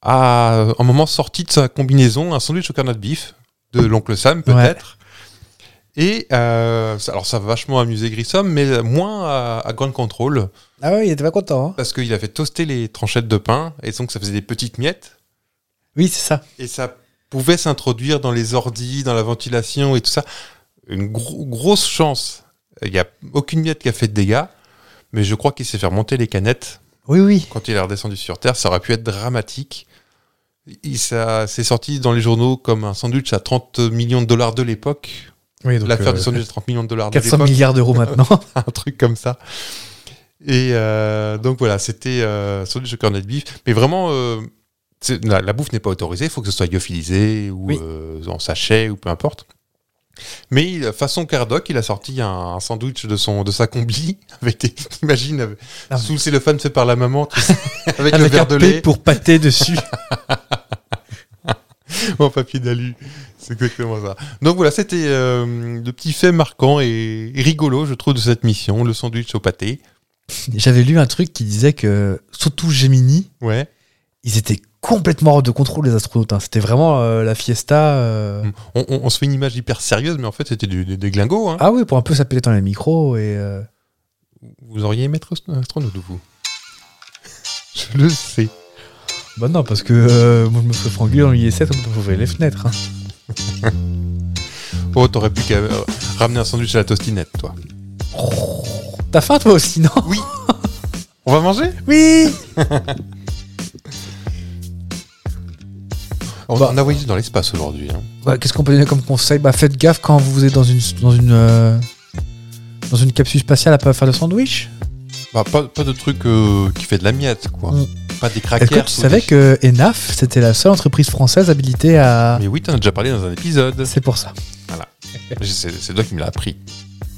[SPEAKER 2] a euh, un moment sorti de sa combinaison un sandwich au carnet de bif de l'oncle Sam, peut-être. Et euh, ça- alors ça a vachement amusé Grissom, mais moins à, à Grand Control,
[SPEAKER 1] Ah ouais, il était pas content. hein.
[SPEAKER 2] parce qu'il avait toasté les tranchettes de pain, et donc ça faisait des petites miettes
[SPEAKER 1] Oui, c'est ça.
[SPEAKER 2] et ça pouvait s'introduire dans les ordis, dans la ventilation et tout ça. Une gro- grosse chance. Il n'y a aucune miette qui a fait de dégâts, mais je crois qu'il s'est fait remonter les canettes
[SPEAKER 1] Oui, oui.
[SPEAKER 2] quand il est redescendu sur Terre. Ça aurait pu être dramatique. Il ça- c'est sorti dans les journaux comme un sandwich à 30 millions de dollars de l'époque.
[SPEAKER 1] oui donc,
[SPEAKER 2] L'affaire
[SPEAKER 1] euh,
[SPEAKER 2] du sandwich à 30 millions de dollars de
[SPEAKER 1] 400
[SPEAKER 2] l'époque,
[SPEAKER 1] milliards d'euros maintenant.
[SPEAKER 2] un truc comme ça. Et euh, donc voilà, c'était euh, sandwich au cornet de bif. Mais vraiment, euh, c'est- la, la bouffe n'est pas autorisée, il faut que ce soit lyophilisé ou
[SPEAKER 1] Oui.
[SPEAKER 2] euh, en sachet ou peu importe. Mais il- façon Cardoc, il a sorti un, un sandwich de son de sa combi avec des t'imagines avec-
[SPEAKER 1] Ah,
[SPEAKER 2] sous le cellophane fait par la maman tu sais, avec, le
[SPEAKER 1] Avec un
[SPEAKER 2] verre de lait
[SPEAKER 1] P pour pâté dessus.
[SPEAKER 2] en papier d'alu. C'est exactement ça. Donc voilà, c'était euh, le petit fait marquant et rigolo je trouve de cette mission, le sandwich au pâté.
[SPEAKER 1] J'avais lu un truc qui disait que, surtout Gemini,
[SPEAKER 2] Ouais.
[SPEAKER 1] ils étaient complètement hors de contrôle, les astronautes. hein. C'était vraiment euh, la fiesta. euh,
[SPEAKER 2] On, on- on se fait une image hyper sérieuse, mais en fait c'était du- des, des glingos. hein.
[SPEAKER 1] Ah oui, pour un peu s'appeler dans les micros et. euh,
[SPEAKER 2] Vous auriez aimé être ast- astronaute, vous Je le sais.
[SPEAKER 1] Bah non, parce que euh, moi je me serais frangué dans l'ISS, on peut ouvrir les fenêtres. hein.
[SPEAKER 2] Oh, t'aurais pu qu'à euh, ramener un sandwich à la tostinette, toi.
[SPEAKER 1] T'as faim toi aussi, non
[SPEAKER 2] Oui On va manger
[SPEAKER 1] Oui
[SPEAKER 2] on,
[SPEAKER 1] Bah.
[SPEAKER 2] on a voyagé dans l'espace aujourd'hui. hein.
[SPEAKER 1] Bah, Qu'est-ce qu'on peut donner comme conseil Bah faites gaffe quand vous êtes dans une. dans une. euh, dans une capsule spatiale à pas faire de sandwich.
[SPEAKER 2] Bah, pas, pas de truc euh, qui fait de la miette, quoi.
[SPEAKER 1] Mm.
[SPEAKER 2] Pas des
[SPEAKER 1] Est-ce que
[SPEAKER 2] crackers.
[SPEAKER 1] tu
[SPEAKER 2] ou
[SPEAKER 1] savais
[SPEAKER 2] des-
[SPEAKER 1] que ENAF, c'était la seule entreprise française habilitée à.
[SPEAKER 2] Mais oui, t'en as déjà parlé dans un épisode.
[SPEAKER 1] C'est pour ça.
[SPEAKER 2] C'est c'est toi qui me l'as appris.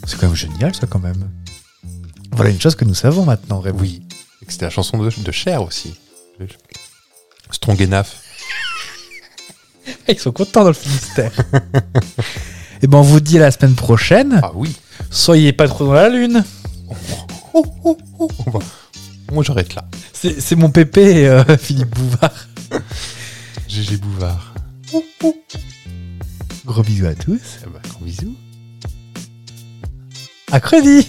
[SPEAKER 1] C'est quand même génial ça quand même. Voilà une chose que nous savons maintenant, Raymond.
[SPEAKER 2] Oui. Et que C'était la chanson de, de Cher aussi. Strong Enough.
[SPEAKER 1] Ils sont contents dans le Finistère. Et ben on vous dit à la semaine prochaine.
[SPEAKER 2] Ah oui.
[SPEAKER 1] Soyez pas trop dans la lune. Oh, oh, oh.
[SPEAKER 2] Moi, j'arrête là.
[SPEAKER 1] C'est c'est mon pépé, euh, Philippe Bouvard.
[SPEAKER 2] GG Bouvard.
[SPEAKER 1] Oh, oh. Gros bisous à tous.
[SPEAKER 2] Eh ben, gros bisous.
[SPEAKER 1] À crédit